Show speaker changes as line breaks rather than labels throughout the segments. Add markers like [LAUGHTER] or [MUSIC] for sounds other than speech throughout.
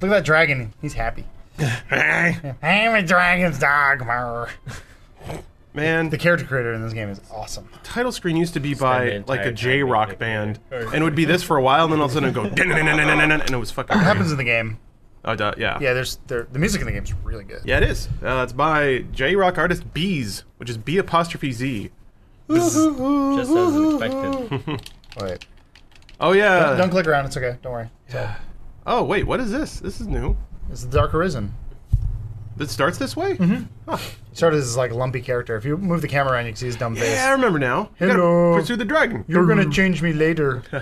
Look at that dragon. He's happy.
[LAUGHS]
I'm a dragon's dog. Marr.
Man,
The character creator in this game is awesome.
title screen used to be
the
by
entire
like a
time
J rock
making
band, and it would be this for a while, and then all of a sudden it'd go, [LAUGHS] and it was fucking.
It happens in the game.
Oh, duh, yeah.
Yeah, there's there, the music in the game is really good.
Yeah, it is. Uh, it's by J rock artist Bees, which is B apostrophe Z. Bzz.
Just as [LAUGHS] expected.
Wait.
Oh yeah.
Don't click around. It's okay. Don't worry.
Oh wait, what is this? This is new.
It's the Dark Arisen.
That starts this way. Mm-hmm.
It started as like lumpy character. If you move the camera around, you can see his dumb face.
Yeah, I remember now. You gotta
Hello.
Pursue the dragon.
You're
[LAUGHS]
gonna change me later.
All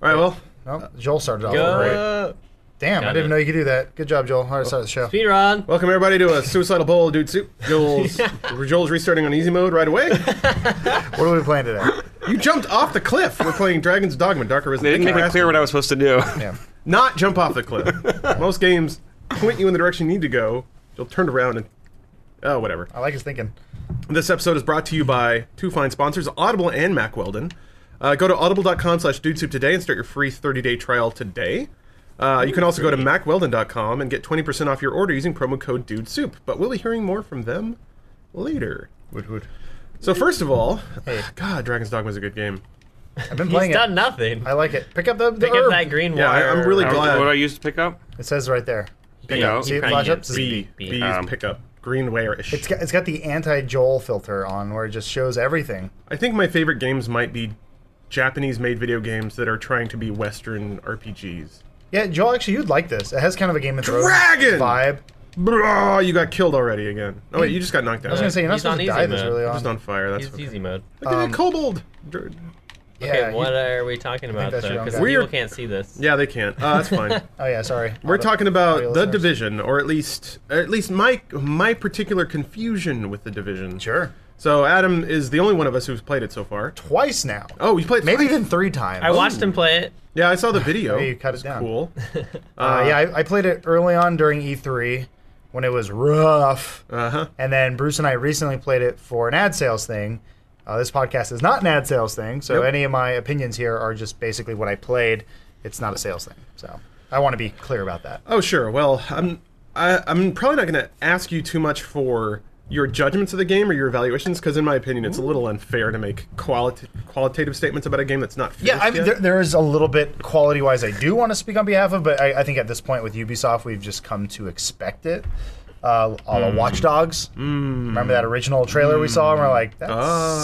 right, well,
Nope. Joel started off.
Go.
Damn, I
Got
didn't
it.
know you could do that. Good job, Joel. All right, start the show.
Speedrun.
welcome everybody to a suicidal bowl, dude soup. Joel's Joel's restarting on easy mode right away.
What are we playing
[LAUGHS]
today?
you jumped off the cliff. We're playing Dragon's Dogma: Darker Arisen.
They didn't make it clear what I was supposed to do.
Yeah.
Not jump off the cliff. Most games point you in the direction you need to go. You'll turn around and oh, whatever.
I like his thinking.
This episode is brought to you by two fine sponsors, Audible and Mac Weldon. Uh, go to audible.com slash dudesoup today and start your free 30-day trial today. Uh, you can also go to macweldon.com and get 20% off your order using promo code dudesoup. But we'll be hearing more from them later.
Wood wood.
So first of all, God, Dragon's Dogma is a good game.
I've been
He's
playing
done
it.
nothing.
I like it. Pick up the, the
Pick up
herb.
that green
Yeah, I-
wire.
I'm really
What
glad.
do I use to pick up?
It says right there.
Pick up.
See it
Ukrainian.
flash up? Says
B,
B.
B's
Um,
pickup. Green ware-ish.
It's got, it's got the anti Joel filter on where it just shows everything.
I think my favorite games might be Japanese-made video games that are trying to be Western RPGs.
Yeah, Joel, actually, you'd like this. It has kind of a Game of Thrones
Dragon!
vibe.
Brah, you got killed already again. Oh wait, you just got knocked
I
out.
was gonna say you're not
He's
supposed to
on
die
easy
this
mode.
early
I'm
on.
just on fire. That's
He's
okay.
easy mode.
Look at
Um,
that kobold. Dr-
yeah.
Okay,
you-
what are we talking about
that's
though?
your own
Because
guy.
people
We're-
can't see this.
Yeah, they can't. Uh,
[LAUGHS]
that's fine.
oh yeah, sorry.
We're talking
audio
about the
listeners.
division, or at least, or at least my my particular confusion with the division.
Sure.
So Adam is the only one of us who's played it so far.
Twice now.
Oh, you played
Maybe
twice?
even three times.
I watched him play it.
Yeah, I saw the video.
Maybe you cut it
was
down. [LAUGHS]
Cool.
Uh, yeah, I, I played it early on during E3 when it was rough.
Uh huh.
And then Bruce and I recently played it for an ad sales thing. Uh, this podcast is not an ad sales thing, so
Nope.
any of my opinions here are just basically what I played. It's not a sales thing, so I want to be clear about that.
Oh sure. Well, I'm I, I'm probably not going to ask you too much for your judgments of the game or your evaluations because, in my opinion, it's a little unfair to make qualita- qualitative statements about a game that's not.
Yeah, I
finished
mean,
yet.
there, there is a little bit quality wise I do want to speak on behalf of, but I, I think at this point with Ubisoft, we've just come to expect it. Uh, a la Watch Dogs. Remember that original trailer we saw? And we're like, that's
Ah.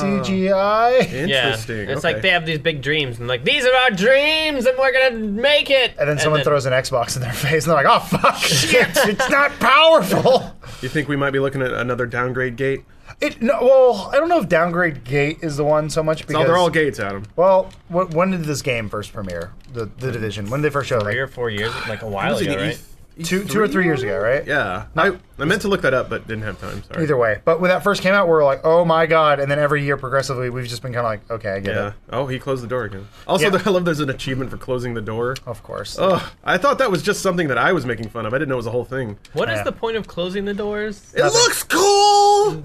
CGI.
Yeah,
Interesting.
it's
okay.
like they have these big dreams and like these are our dreams and we're gonna make it.
And then someone throws an Xbox in their face and they're like, oh, fuck, shit, it's not powerful.
You think we might be looking at another downgrade gate?
It no, well, I don't know if downgrade gate is the one so much because
No, Oh, they're all gates, Adam.
well, wh- when did this game first premiere? The the division. When did they first show? it?
three or
Like
four years, like a while
Was it
ago,
E-
right?
E3?
two two or three years ago, right?
E Yeah, I, I meant to look that up but didn't have time. Sorry.
Either way, but when that first came out, we were like, oh my god! And then every year progressively, we've just been kind of like, okay, I get
Yeah.
it.
Oh, he closed the door again. Also,
Yeah.
[LAUGHS]
Oh.
I love there's an achievement for closing the door.
Of course.
Ugh, I thought that was just something that I was making fun of. I didn't know it was a whole thing.
What is
Yeah.
the point of closing the doors?
It looks cool.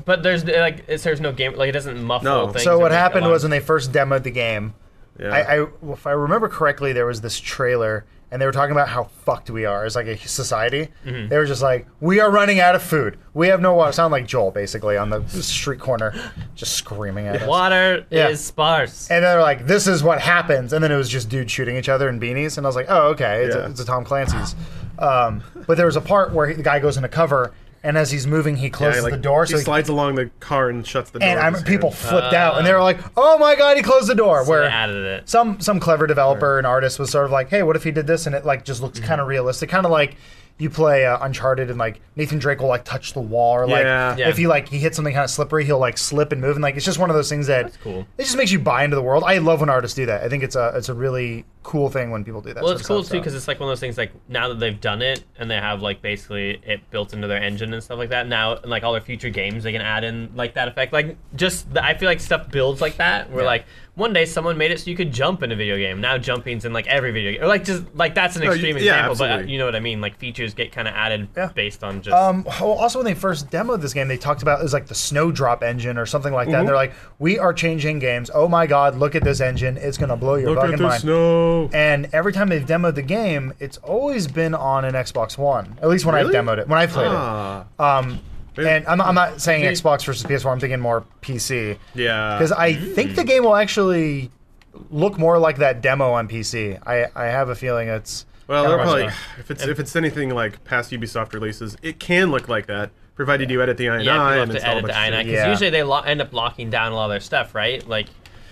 But there's like it serves no game like it doesn't muffle
No.
things.
so
or
what
make
happened was
alarms.
when they first demoed the game,
Yeah.
I, I if I remember correctly, there was this trailer. And they were talking about how fucked we are as like a society.
Mm-hmm.
They were just like, "We are running out of food. We have no water." Sound like Joel basically on the street corner, just screaming at us.
water
Yeah.
is sparse.
And they're like, "This is what happens," and then it was just dudes shooting each other in beanies, and I was like, "Oh, okay, it's,
Yeah.
a, it's a Tom Clancy's." Um, but there was a part where he, the guy goes into cover, and as he's moving, he
Yeah,
closes
like,
the door.
He
So he,
slides along the car and shuts the door.
and
with
I'm,
his Ah.
people
hand.
flipped out, and they were like, "Oh my god, he closed the door!"
They
where
added it.
some some clever developer and artist was sort of like, "Hey, what if he did this?" And it like just looks kind of realistic, kind of like. You play uh, Uncharted and like Nathan Drake will like touch the wall or like
Yeah.
Yeah.
if he like he hits something kind of slippery he'll like slip and move and like it's just one of those things that
That's cool.
it just makes you buy into the world. I love when artists do that. I think it's a it's a really cool thing when people do that.
Well,
sort
it's
of
cool
stuff,
too
so.
because it's like one of those things. Like now that they've done it and they have like basically it built into their engine and stuff like that. Now, in, like all their future games, they can add in like that effect. Like just the, I feel like stuff builds like that. Where like one day someone made it so you could jump in a video game. Now jumping's in like every video game. Or like just like that's an
you-
extreme
yeah,
example, but uh,
absolutely.
you know what I mean. Like features get kind of added
Yeah.
based on just.
Um, well, also, when they first demoed this game, they talked about it was like the Snowdrop engine or something like that. And they're like, "We are changing games. Oh my God, look at this engine! It's gonna blow your
Look
fucking
at the
mind."
snow. No.
And every time they've demoed the game, it's always been on an Xbox One. At least when
Really?
I demoed it, when I played
Ah.
it. Um,
Maybe-
and I'm, I'm not saying
See-
Xbox versus PS4. I'm thinking more PC.
Yeah. Hmm.
Because I think the game will actually look more like that demo on PC. I, I have a feeling it's.
Well,
kinda
they're
reminds me
probably if it's if it's anything like past Ubisoft releases, it can look like that, provided you edit the INI
Yeah, people
and
have to
install a
edit the
bunch of
INI
shit.
because
Yeah.
usually they lo- end up locking down a lot of their stuff, right? Like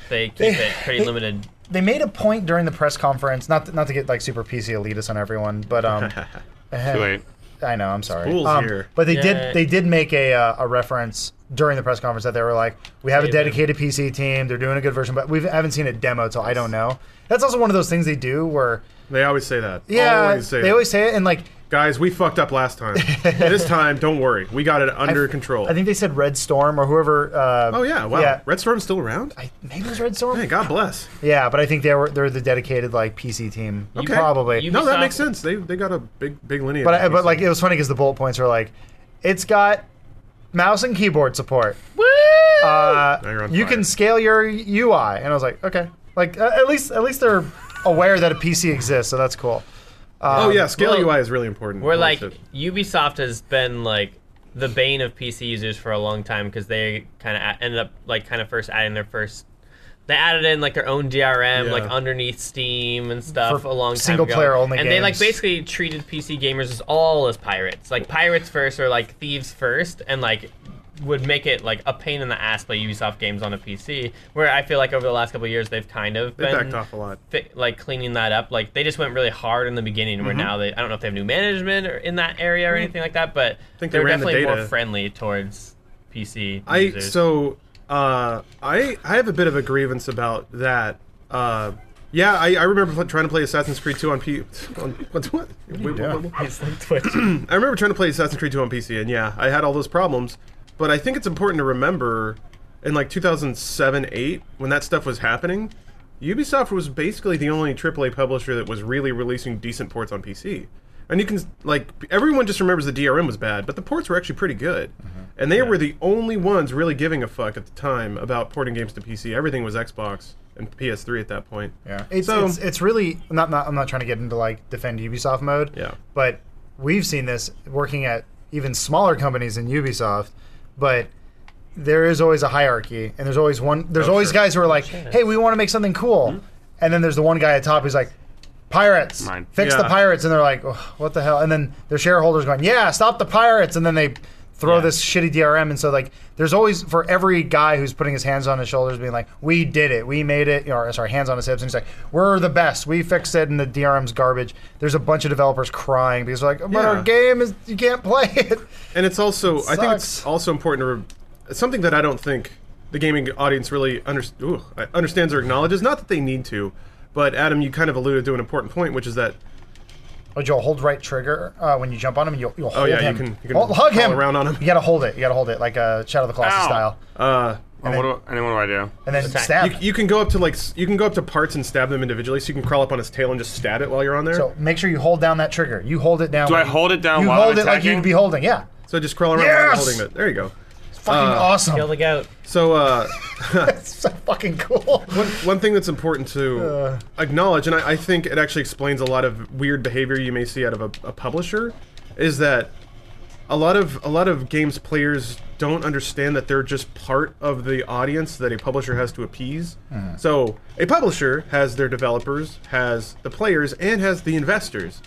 they keep
They-
it
[LAUGHS]
pretty
they-
limited.
they made a point during the press conference not to, not to get like super PC elitist on everyone, but um,
[LAUGHS]
Too late.
I know I'm sorry.
Spool's
Um,
here.
But they
Yay.
did they did make a uh, a reference during the press conference that they were like, we have a
Save it.
dedicated PC team. They're doing a good version, but we haven't seen a demo, so I don't know. That's also one of those things they do where
They always say that.
yeah,
Always say
they
that.
always say it and like
Guys, we fucked up
[LAUGHS]
last time. this time, don't worry, we got it under control.
I think they said Red Storm or whoever. Uh,
oh yeah, wow.
yeah.
Red Storm's still around.
I, maybe it was Red Storm.
Hey, God bless.
Yeah, but I think they were they're the dedicated like PC team.
Okay.
Probably.
You-
No, that
Ubisoft-
makes sense. They they got a big big lineage.
But I, but
So-
like it was funny because the bullet points were like, it's got mouse and keyboard support. Woo! Uh,
Now you're on
you
fire.
can scale your UI, and I was like, okay, like uh, at least at least they're aware that a PC exists, so that's cool.
oh
uh,
yeah, scale
well,
UI is really important.
We're
Holy
like
shit.
Ubisoft has been like the bane of PC users for a long time because they kind of ended up like kind of first adding their first. They added in like their own DRM,
Yeah.
like underneath Steam and stuff,
For
a long time
single
ago.
player only
And they like
games.
basically treated PC gamers as all as pirates, like pirates first or like thieves first, and like would make it like a pain in the ass to play Ubisoft games on a PC. Where I feel like over the last couple of years they've kind of
they
been
backed off a lot.
fi- like cleaning that up. Like they just went really hard in the beginning,
Mm-hmm.
where now they I don't know if they have new management or in that area or anything like that, but
think they
they're
ran the
definitely more
data.
friendly towards PC
I
users.
so uh, I I have a bit of a grievance about that. Uh, yeah, I, I remember pl- trying to play Assassin's Creed 2 on P. On, what? what? Wait, what- what-
It's like Twitch.
I remember trying to play Assassin's Creed 2 on PC, and yeah, I had all those problems. But I think it's important to remember in like 2007, 8, when that stuff was happening, Ubisoft was basically the only AAA publisher that was really releasing decent ports on PC. And you can, like, everyone just remembers the DRM was bad, but the ports were actually pretty good. And they were the only ones really giving a fuck at the time about porting games to PC. Everything was Xbox and PS3 at that point.
Yeah, it's
So-
it's, it's really not, not. I'm not trying to get into like defend Ubisoft mode.
Yeah.
but we've seen this working at even smaller companies than Ubisoft, but. There is always a hierarchy, and there's always one. There's always
Oh, sure. Hmm?
guys who are like, "Hey, we want to make something cool," and then there's the one guy at top who's like, "Pirates,
Mine.
fix the
Yeah.
pirates," and they're like, "Ugh, "What the hell?" And then their shareholders going, "Yeah, stop the pirates," and then they throw
Yeah.
this shitty DRM, and so like, there's always for every guy who's putting his hands on his shoulders, being like, "We did it, we made it," or sorry, hands on his hips, and he's like, "We're the best, we fixed it," and the DRM's garbage. There's a bunch of developers crying because they're like, "But
Yeah.
our game is you can't play it."
And it's also, I think it's
sucks.
also important to re- something that I don't think the gaming audience really under- ooh, uh, understands or acknowledges. Not that they need to, but Adam, you kind of alluded to an important point, which is that
Oh, Joel, hold right trigger uh, when you jump on him. and You'll, you'll hold
Oh, yeah, you
him.
can- you can
Hold- hug
crawl
him
around on him.
You gotta hold it. You gotta hold it like a Shadow of the Colossus
Ow.
style,
uh,
And, Oh, what do I, and then what do I do?
and then
Attack.
stab.
you, you can go up to like s- you can go up to parts and stab them individually. So you can crawl up on his tail and just stab it while you're on there.
so
So,
make sure you hold down that trigger. You hold it down.
Do I
like-
hold it down
You
while I'm
hold it like
attacking?
you'd be holding. Yeah,
just crawl around
Yes!
holding it. There you go.
it's fucking
Uh,
awesome.
Kill the goat.
So uh,
[LAUGHS] It's so fucking cool.
One, one thing that's important to acknowledge, and I, I think it actually explains a lot of weird behavior you may see out of a, a publisher, is that a lot of a lot of games players don't understand that they're just part of the audience that a publisher has to appease. So a publisher has their developers, has the players, and has the investors,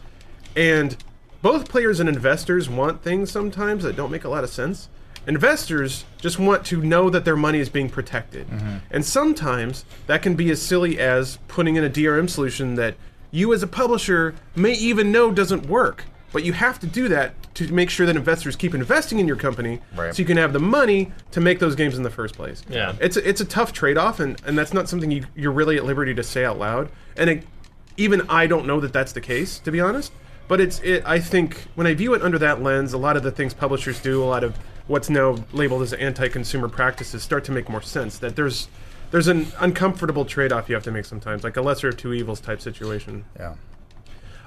and both players and investors want things sometimes that don't make a lot of sense. Investors just want to know that their money is being protected. And sometimes that can be as silly as putting in a DRM solution that you, as a publisher, may even know doesn't work. But you have to do that to make sure that investors keep investing in your company
Right.
so you can have the money to make those games in the first place.
Yeah.
It's a, it's a tough trade off, and, and that's not something you, you're really at liberty to say out loud. And it, even I don't know that that's the case, to be honest. But it's it. I think when I view it under that lens, a lot of the things publishers do, a lot of what's now labeled as anti-consumer practices, start to make more sense. That there's there's an uncomfortable trade-off you have to make sometimes, like a lesser of two evils type situation.
Yeah.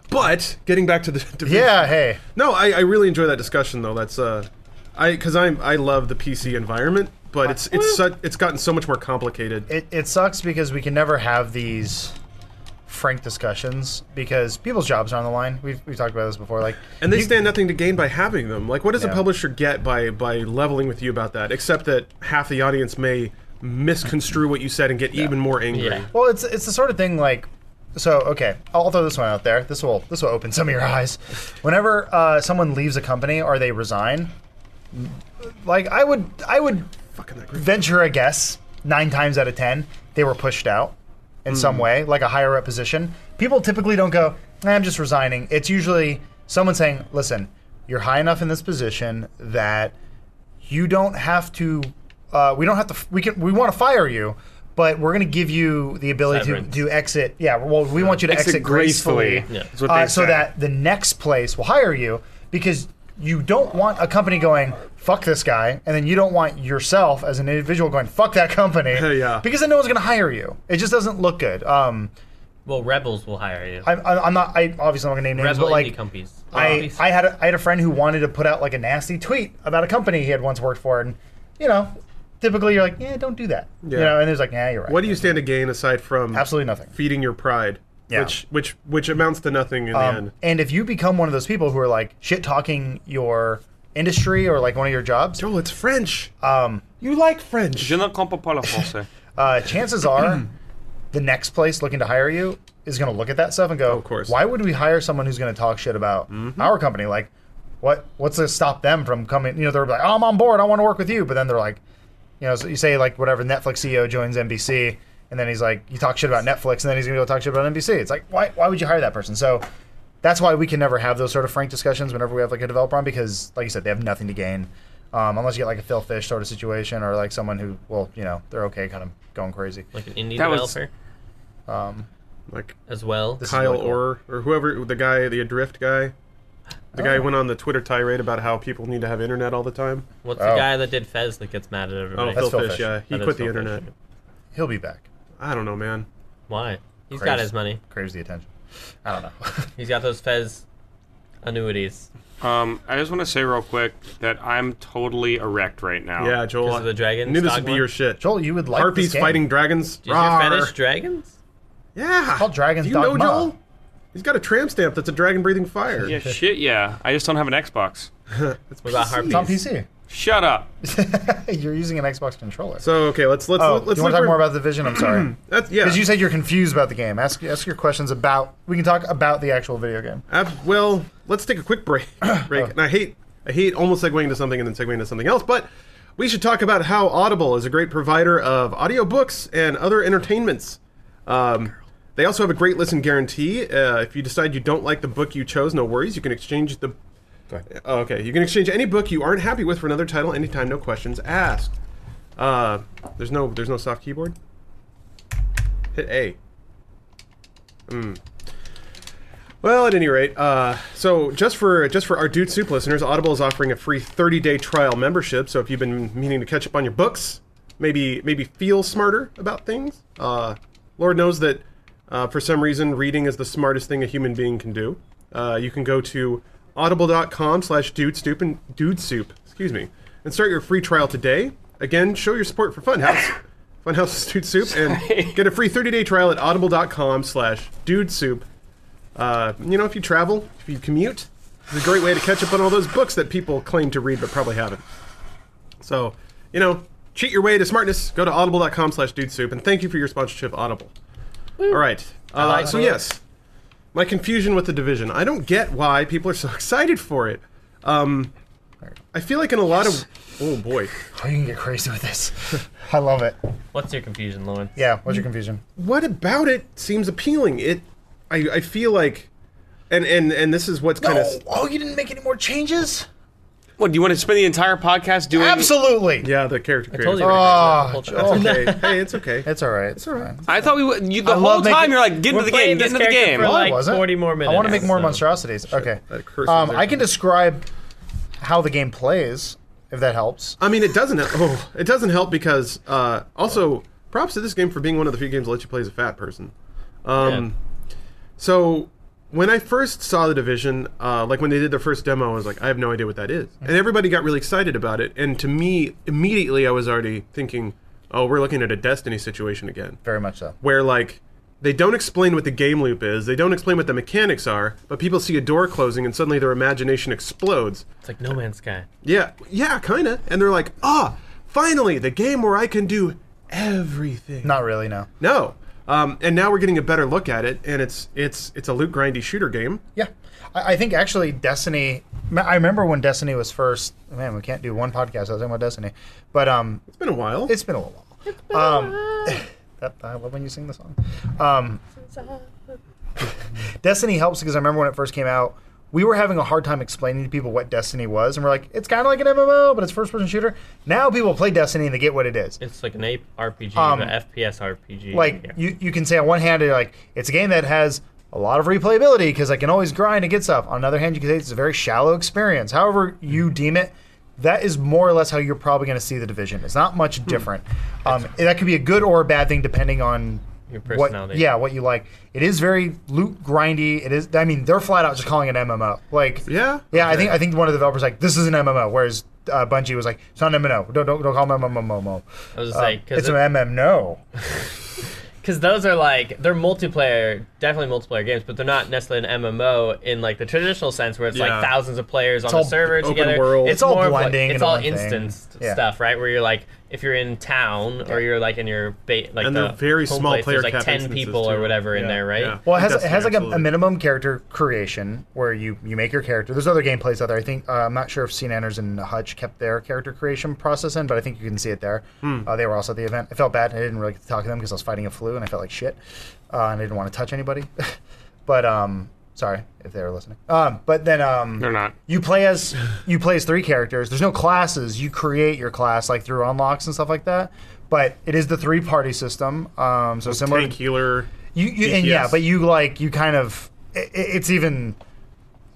But getting back to the to
Yeah. Hey.
no, I, I really enjoy that discussion though. That's uh, I because I'm I love the PC environment, but it's it's su- it's gotten so much more complicated.
it, it sucks because we can never have these frank discussions because people's jobs are on the line. We've, we talked about this before. Like,
And they
you-
stand nothing to gain by having them. Like, what does a
Yeah.
publisher get by by leveling with you about that? Except that half the audience may misconstrue what you said and get even more angry.
Yeah.
Well, it's it's the sort of thing like. So okay, I'll throw this one out there. This will this will open some of your eyes. Whenever uh, someone leaves a company or they resign, like I would I would
Fucking that group.
venture a guess nine times out of ten they were pushed out in some way, like a higher up position. People typically don't go. "Nah, I'm just resigning. It's usually someone saying, "Listen, you're high enough in this position that you don't have to. Uh, we don't have to. We can. We want to fire you." But we're going to give you the ability to,
Severance.
to exit. Yeah, well, we want you to exit,
Exit gracefully.
gracefully
Yeah.
is what
uh,
they
so
say.
that the next place will hire you because you don't want a company going fuck this guy and then you don't want yourself as an individual going fuck that company
[LAUGHS] Yeah.
because then no one's going to hire you it just doesn't look good um,
Well, rebels will hire you.
I, I, i'm not i obviously i'm not going to name names
Rebel
but like
indie companies.
I, I had a, I had a friend who wanted to put out like a nasty tweet about a company he had once worked for and you know typically you're like yeah don't do that you
Yeah.
know and there's like yeah you're right
What do you stand to gain aside from
absolutely nothing
feeding your pride,
Yeah.
which which which amounts to nothing in the end?
Um, and if you become one of those people who are like shit talking your industry or like one of your jobs,
Joel, Oh, it's French.
um,
you like French.
Je ne comprends pas le français.
uh, chances are [CLEARS THROAT] the next place looking to hire you is going to look at that stuff and go,
Of course. Mm-hmm.
why would we hire someone who's going to talk shit about our company? Like, what what's to stop them from coming? You know, they're like, oh, I'm on board. I want to work with you. But then they're like, you know, so you say like whatever Netflix CEO joins NBC, and then he's like, you talk shit about Netflix, and then he's going to go talk shit about NBC. It's like, why why would you hire that person? So. That's why we can never have those sort of frank discussions whenever we have like a developer on because, like you said, they have nothing to gain, um, unless you get like a Phil Fish sort of situation or like someone who, well, you know, they're okay, kind of going crazy.
like an indie
That was-
developer
Um,
like
as well.
This- is
Kyle
really cool.
Orr or whoever the guy, the Adrift guy. The guy who went on the Twitter tirade about how people need to have internet all the time.
What's
Oh.
the guy that did Fez that gets mad at everybody?
Oh, Phil,
Phil
Fish,
Fish.
yeah, he
That is
quit the
Phil Fish.
internet.
He'll be back.
I don't know, man.
Why? He's got
Crazy.
his money.
Craves the attention. I don't know. [LAUGHS]
He's got those Fez annuities
Um, I just want to say real quick that I'm totally erect right now.
Yeah, Joel.
Oh, because of the dragon.
knew this
stock
would be
one.
your shit.
Joel, you would like
Harpies
this game.
fighting dragons.
Is your
Rawr.
fetish dragons?
Yeah.
called Dragon's
Do you know
Dogma.
Joel? He's got a tramp stamp that's a dragon breathing fire.
Yeah, shit, yeah. I just don't have an Xbox.
What about
It's
harpies?
on PC.
Shut up.
[LAUGHS] You're using an Xbox controller.
So okay, let's let's
oh,
let's
you want to
look
talk more
where-
about the vision? I'm
[CLEARS THROAT]
sorry.
that's yeah.
Because you said you're confused about the game. Ask ask your questions about. We can talk about the actual video game.
Ab- well, let's take a quick break. break. And I hate I hate almost segueing into something and then segueing into something else, but we should talk about how Audible is a great provider of audiobooks and other entertainments. Um, they also have a great listen guarantee. Uh, if you decide you don't like the book you chose, no worries. You can exchange the. Oh, okay, you can exchange any book you aren't happy with for another title anytime, no questions asked. Uh, there's no there's no soft keyboard. Hit A. Well, at any rate, uh, so just for just for our Dude Soup listeners, Audible is offering a free 30-day trial membership. So if you've been meaning to catch up on your books, maybe maybe feel smarter about things. Uh, Lord knows that uh, for some reason, reading is the smartest thing a human being can do. Uh, you can go to audible.com/dudestoop and dude soup, excuse me, and start your free trial today. Again, show your support for Funhouse, [COUGHS] Funhouse's Dude Soup, and get a free 30-day trial at audible.com/dude soup. Uh, you know, if you travel, if you commute, it's a great way to catch up on all those books that people claim to read but probably haven't. So, you know, cheat your way to smartness. Go to audible.com slash dudesoup, and thank you for your sponsorship, Audible. All right. Uh,
like
so,
it.
yes, my confusion with the division. I don't get why people are so [LAUGHS] excited for it. Um, I feel like in a lot of... Oh, boy.
Oh, you can get crazy with this. [LAUGHS] I love it.
What's your confusion, Lauren?
Yeah. What's your confusion?
what about it seems appealing? It... I, I feel like... And, and, and this is what's kind of...
oh, you didn't make any more changes.
What, do you want to spend the entire podcast doing?
Absolutely.
Yeah, the character creator.
Totally
Ah,
regret that the
Joel.
whole time.
okay. Hey, it's okay.
It's all right. It's all
right.
I thought we would. You, the
I
whole
love
time
making-
you're like, get into the game,
playing
get
this
into the
character
game.
for
No,
like
I wasn't.
40 more
I want to
minutes,
make more
so-
monstrosities. Okay.
that curse is
Um,
there.
I can describe how the game plays if that helps.
I mean, it doesn't. Oh, it doesn't help because uh, also props to this game for being one of the few games that lets you play as a fat person. Um, So when I first saw the division, uh, like when they did their first demo, I was like, I have no idea what that is, and everybody got really excited about it. And to me, immediately, I was already thinking, oh, we're looking at a Destiny situation again,
Very much so.
where like They don't explain what the game loop is. They don't explain what the mechanics are. But people see a door closing and suddenly their imagination explodes.
It's like No Man's Sky.
Yeah, yeah, kinda. And they're like, ah, finally, the game where I can do everything.
Not really, no.
No. Um, and now we're getting a better look at it, and it's it's it's a loot grindy shooter game.
Yeah, I, I think actually Destiny. I remember when Destiny was first. Man, we can't do one podcast. I was talking about Destiny, but um,
It's been a while.
it's been a little while. um, [LAUGHS] that, I love when you sing the song. Um, Destiny helps because I remember when it first came out, we were having a hard time explaining to people what Destiny was, and we're like, it's kind of like an MMO, but it's first-person shooter. Now people play Destiny and they get what it is.
It's like an ape RPG,
Um,
but FPS RPG.
like
Yeah.
you, you can say on one hand you're like it's a game that has a lot of replayability because I can always grind and get stuff. On another hand, you can say it's a very shallow experience. However
Mm-hmm.
you deem it, that is more or less how you're probably going to see the division. It's not
Hmm.
much different. Um, and that could be a good or a bad thing depending on
Your
What,
personality.
yeah, what you like. It is very loot grindy. It is. I mean, they're flat out just calling it MMO. Like
Yeah?
yeah. I think I think one of the developers like this is an MMO, whereas uh, Bungie was like it's not an MMO. Don't don't, don't call them MMO.
I was
Uh,
like,
it's
because
an MMO. No.
because those are like they're multiplayer, definitely multiplayer games, but they're not necessarily an MMO in like the traditional sense where it's
Yeah.
like thousands of players on
all
a server
open
together.
world.
It's all
more of, like-
blending
it's
into
all
one thing.
instance
Yeah.
stuff, right? Where you're like, if you're in town or you're like in your ba- like
And
the
they're very
home
small
place, there's,
player cap
like ten
instances,
people
too.
or whatever in
Yeah,
there, right?
yeah.
Well, it has, it
Destiny,
has like a, a
absolutely.
minimum character creation where you, you make your character. There's other gameplays out there. I think uh, I'm not sure if Sean Anders and Hutch kept their character creation process in, but I think you can see it there. Uh, they were also at the event. I felt bad. I didn't really get to talk to them because I was fighting a flu and I felt like shit, uh, and I didn't want to touch anybody. [LAUGHS] but um, sorry if they were listening. Um, but then um,
They're not.
you play as you play as three characters. There's no classes. You create your class like through unlocks and stuff like that. But it is the three party system. Um, so similar.
Tank healer.
You, you and yeah,
DPS.
but you like you kind of i i- it's even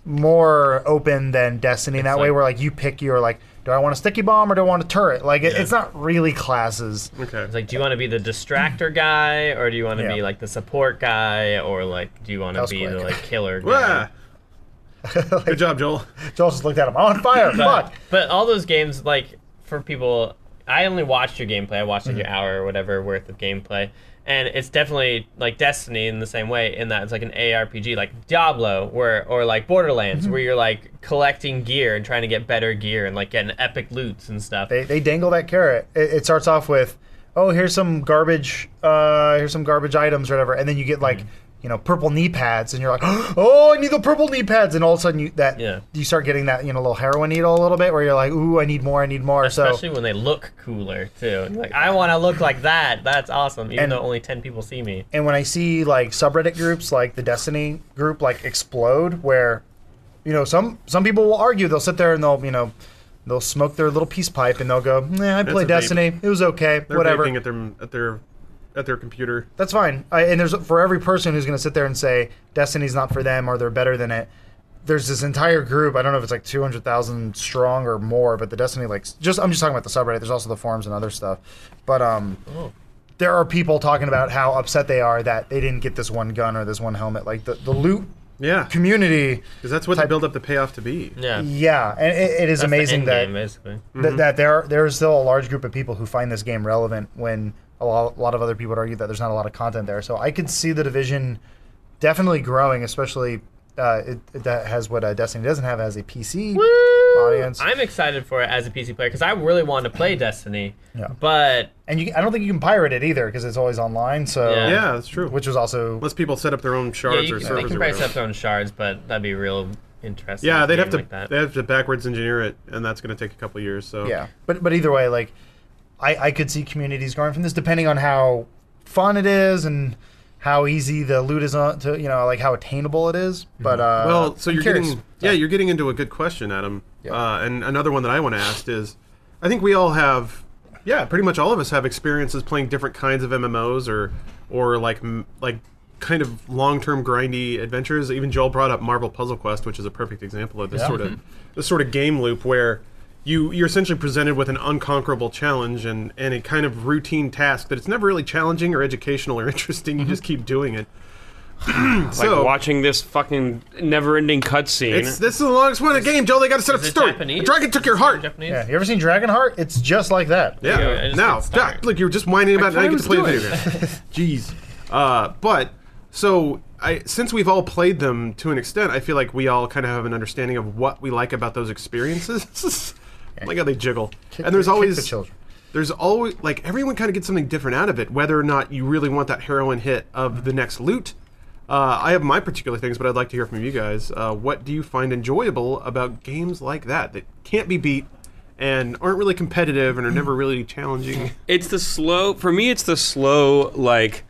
more open than Destiny in that way,
like-
where like you pick your like, do I want a sticky bomb or do I want a turret? Like it, it's not really classes.
Okay.
It's like, do you want to be the distractor guy, or do you want to
Yeah.
be like the support guy, or like, do you want
That
to
was
be the
quick.
[LAUGHS]
like killer guy?
Wah! Good job, Joel.
Joel just looked at him. I'm on
[LAUGHS]
fire.
But,
Fuck.
but all those games, like for people, I only watched your gameplay. I watched like your
Mm-hmm.
hour or whatever worth of gameplay, and it's definitely like Destiny in the same way. In that it's like an ARPG, like Diablo, where or like
Mm-hmm.
Borderlands, where you're like collecting gear and trying to get better gear and like getting epic loots and stuff.
They they dangle that carrot. It, it starts off with, oh here's some garbage, uh, here's some garbage items or whatever, and then you get
Mm.
like. You know, purple knee pads, and you're like, [GASPS] oh, I need the purple knee pads, and all of a sudden you that
Yeah.
you start getting that you know little heroin needle a little bit, where you're like, ooh, I need more, I need more. so
Especially when they look cooler too. Like I want to look like that. That's awesome. Even
And-
though only ten people see me.
and when I see like subreddit groups like the Destiny group like explode, where you know some some people will argue, they'll sit there and they'll you know they'll smoke their little peace pipe and they'll go, nah, I played
a vape.
Destiny, it was okay,
They're
whatever,
vaping at their at their at their computer.
that's fine. I, and there's for every person who's going to sit there and say Destiny's not for them or they're better than it. There's this entire group. I don't know if it's like 200,000 strong or more, but the Destiny like just I'm just talking about the subreddit. There's also the forums and other stuff, but um.
Oh.
There are people talking about how upset they are that they didn't get this one gun or this one helmet. Like the, the loot
Yeah, because
community,
that's what
Type-
they build up the payoff to be.
Yeah.
yeah, and it, it is
That's the
amazing
end
that
game, basically.
th- that there there's still a large group of people who find this game relevant when a lot, a lot of other people would argue that there's not a lot of content there. So I could see the division definitely growing, especially uh, it, it- that has what uh, Destiny doesn't have as a PC audience.
I'm excited for it as a PC player because I really want to play Destiny.
Yeah.
But
and you, I don't think you can pirate it either because it's always online. So
Yeah.
Yeah, that's true.
which was also
Unless people set up their own
yeah,
shards
you
or
can, they
servers
can
or
probably
whatever.
set their own shards, but that'd be real interesting.
Yeah,
with a
they'd have
game
to
Like that.
they have to backwards engineer it, and that's going to take a couple years. So
yeah. But but either way, like I, I could see communities growing from this depending on how fun it is and how easy the loot is on to you know like how attainable it is.
Mm-hmm.
But uh,
Well, so
I'm
you're
curious.
getting yeah, you're getting into a good question, Adam.
Yeah.
Uh, and another one that I want to ask is, I think we all have, yeah, pretty much all of us have experiences playing different kinds of MMOs or or like m- like kind of long-term grindy adventures. Even Joel brought up Marvel Puzzle Quest, which is a perfect example of this
Yeah. Mm-hmm.
sort of this sort of game loop where. You, you're essentially presented with an unconquerable challenge and, and a kind of routine task that it's never really challenging or educational or [LAUGHS] interesting.
Mm-hmm.
You just keep doing it.
Like
so,
watching this fucking never-ending
it's,
cutscene.
this is the longest one in the game, Joel. They got to set up the
Is it
story.
Japanese?
The dragon took your heart.
Japanese?
Yeah, you ever seen Dragonheart? It's just like that.
Yeah.
Yeah, I just
now,
get
Doc,
started.
look, you were just whining about it. Now you get
thought
[LAUGHS]
I
to play a
was
video game. Jeez. Uh, but so I, since we've all played them to an extent, I feel like we all kind of have an understanding of what we like about those experiences. [LAUGHS] like how they jiggle, and there's
the- kick
always
the children.
There's always like everyone kind of gets something different out of it, whether or not you really want that heroin hit of the next loot. Uh, I have my particular things, but I'd like to hear from you guys. Uh, what do you find enjoyable about games like that that can't be beat and aren't really competitive and are never really challenging?
it's the slow for me it's the slow like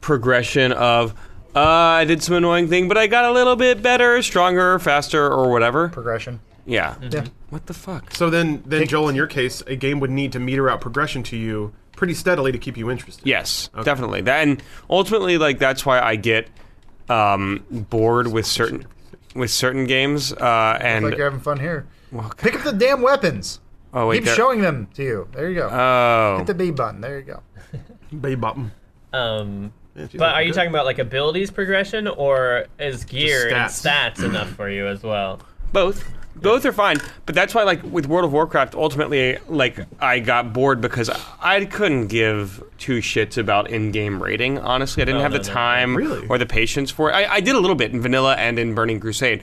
progression of uh, I did some annoying thing, but I got a little bit better, stronger, faster, or whatever.
progression.
Yeah.
Yeah.
What the fuck?
So then, then Joel, in your case, a game would need to meter out progression to you pretty steadily to keep you interested.
Yes, definitely. That and ultimately, like that's why I get um, bored with certain with certain games. Uh, and
Like you're having fun here. Pick up the damn weapons.
oh wait,
Keep
there-
showing them to you. There you go.
Oh,
Hit the B button. There you go.
Babe bottom.
Um,
Yeah, she's
but are
looking
you
good.
talking about like abilities progression or is gear
Just
and
[CLEARS THROAT]
stats enough for you as well?
both. Both are fine, but that's why, like with World of Warcraft, ultimately, like I got bored because I couldn't give two shits about in-game rating. Honestly, I didn't
No,
have
no,
the
no.
time
Really?
or the patience for it. I, I did a little bit in Vanilla and in Burning Crusade,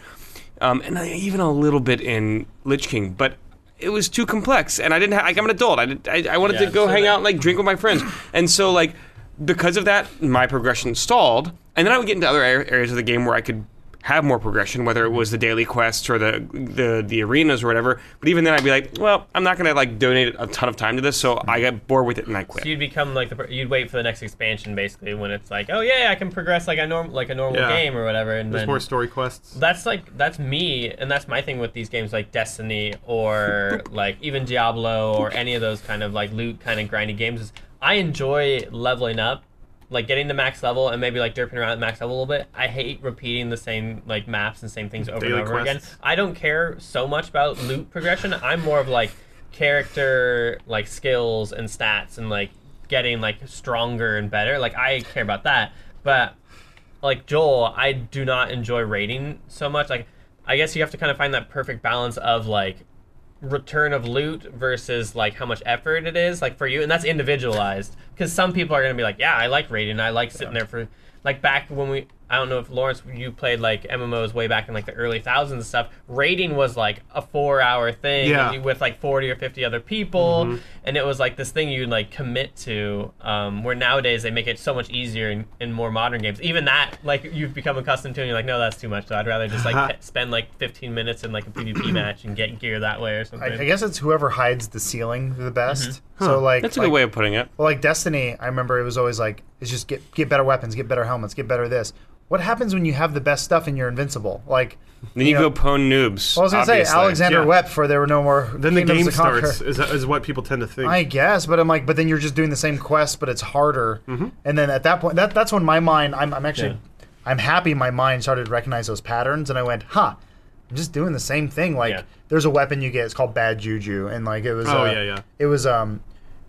um, and I, even a little bit in Lich King, but it was too complex, and I didn't. Ha- like I'm an adult. I did, I, I wanted
Yeah,
to go
so
hang
that-
out and like drink with my friends, and so like because of that, my progression stalled, and then I would get into other ar- areas of the game where I could have more progression, whether it was the daily quests or the the the arenas or whatever. But even then, I'd be like, well, I'm not gonna like donate a ton of time to this, so I got bored with it and I quit.
You'd become like the per- you'd wait for the next expansion basically when it's like oh yeah I can progress like a norm like a normal
Yeah.
game or whatever and
There's
then
more story quests.
that's like that's me and that's my thing with these games like destiny
[LAUGHS]
or like even diablo or any of those kind of like loot kind of grindy games is i enjoy leveling up like getting to max level and maybe like derping around at max level a little bit i hate repeating the same like maps and same things over
Daily
and over
quests.
again i don't care so much about loot progression i'm more of like character like skills and stats and like getting like stronger and better like i care about that but like Joel, I do not enjoy raiding so much. Like, I guess you have to kind of find that perfect balance of like return of loot versus like how much effort it is like for you and that's individualized because some people are going to be like yeah i like raiding i like sitting there for like back when we i don't know if lawrence you played like mmos way back in like the early thousands and stuff raiding was like a four hour thing
Yeah.
you- with like 40 or 50 other people and it was like this thing you like commit to um, where nowadays they make it so much easier in, in more modern games even that like you've become accustomed to and you're like no that's too much so i'd rather just like pe- spend like 15 minutes in like a pvp match and get gear that way or something
I, I guess it's whoever hides the ceiling the best.
Mm-hmm.
So like
That's a
like,
good way of putting it.
Well, like Destiny, I remember it was always like, it's just get get better weapons, get better helmets, get better this. What happens when you have the best stuff and you're invincible? Like,
Then you,
you know-
go pone noobs.
well, I was gonna
obviously.
say Alexander
yeah.
wept for there were no more.
Then the
kingdoms
game
to conquer.
starts, is, is what people tend to think.
I guess, but I'm like, but then you're just doing the same quest, but it's harder.
Mm-hmm.
And then at that point, that that's when my mind, I'm, I'm actually, I'm happy. My mind started to recognize those patterns, and I went, huh, I'm just doing the same thing. Like,
Yeah.
there's a weapon you get, it's called bad juju, and like it was.
Oh,
uh,
yeah, yeah.
It was um,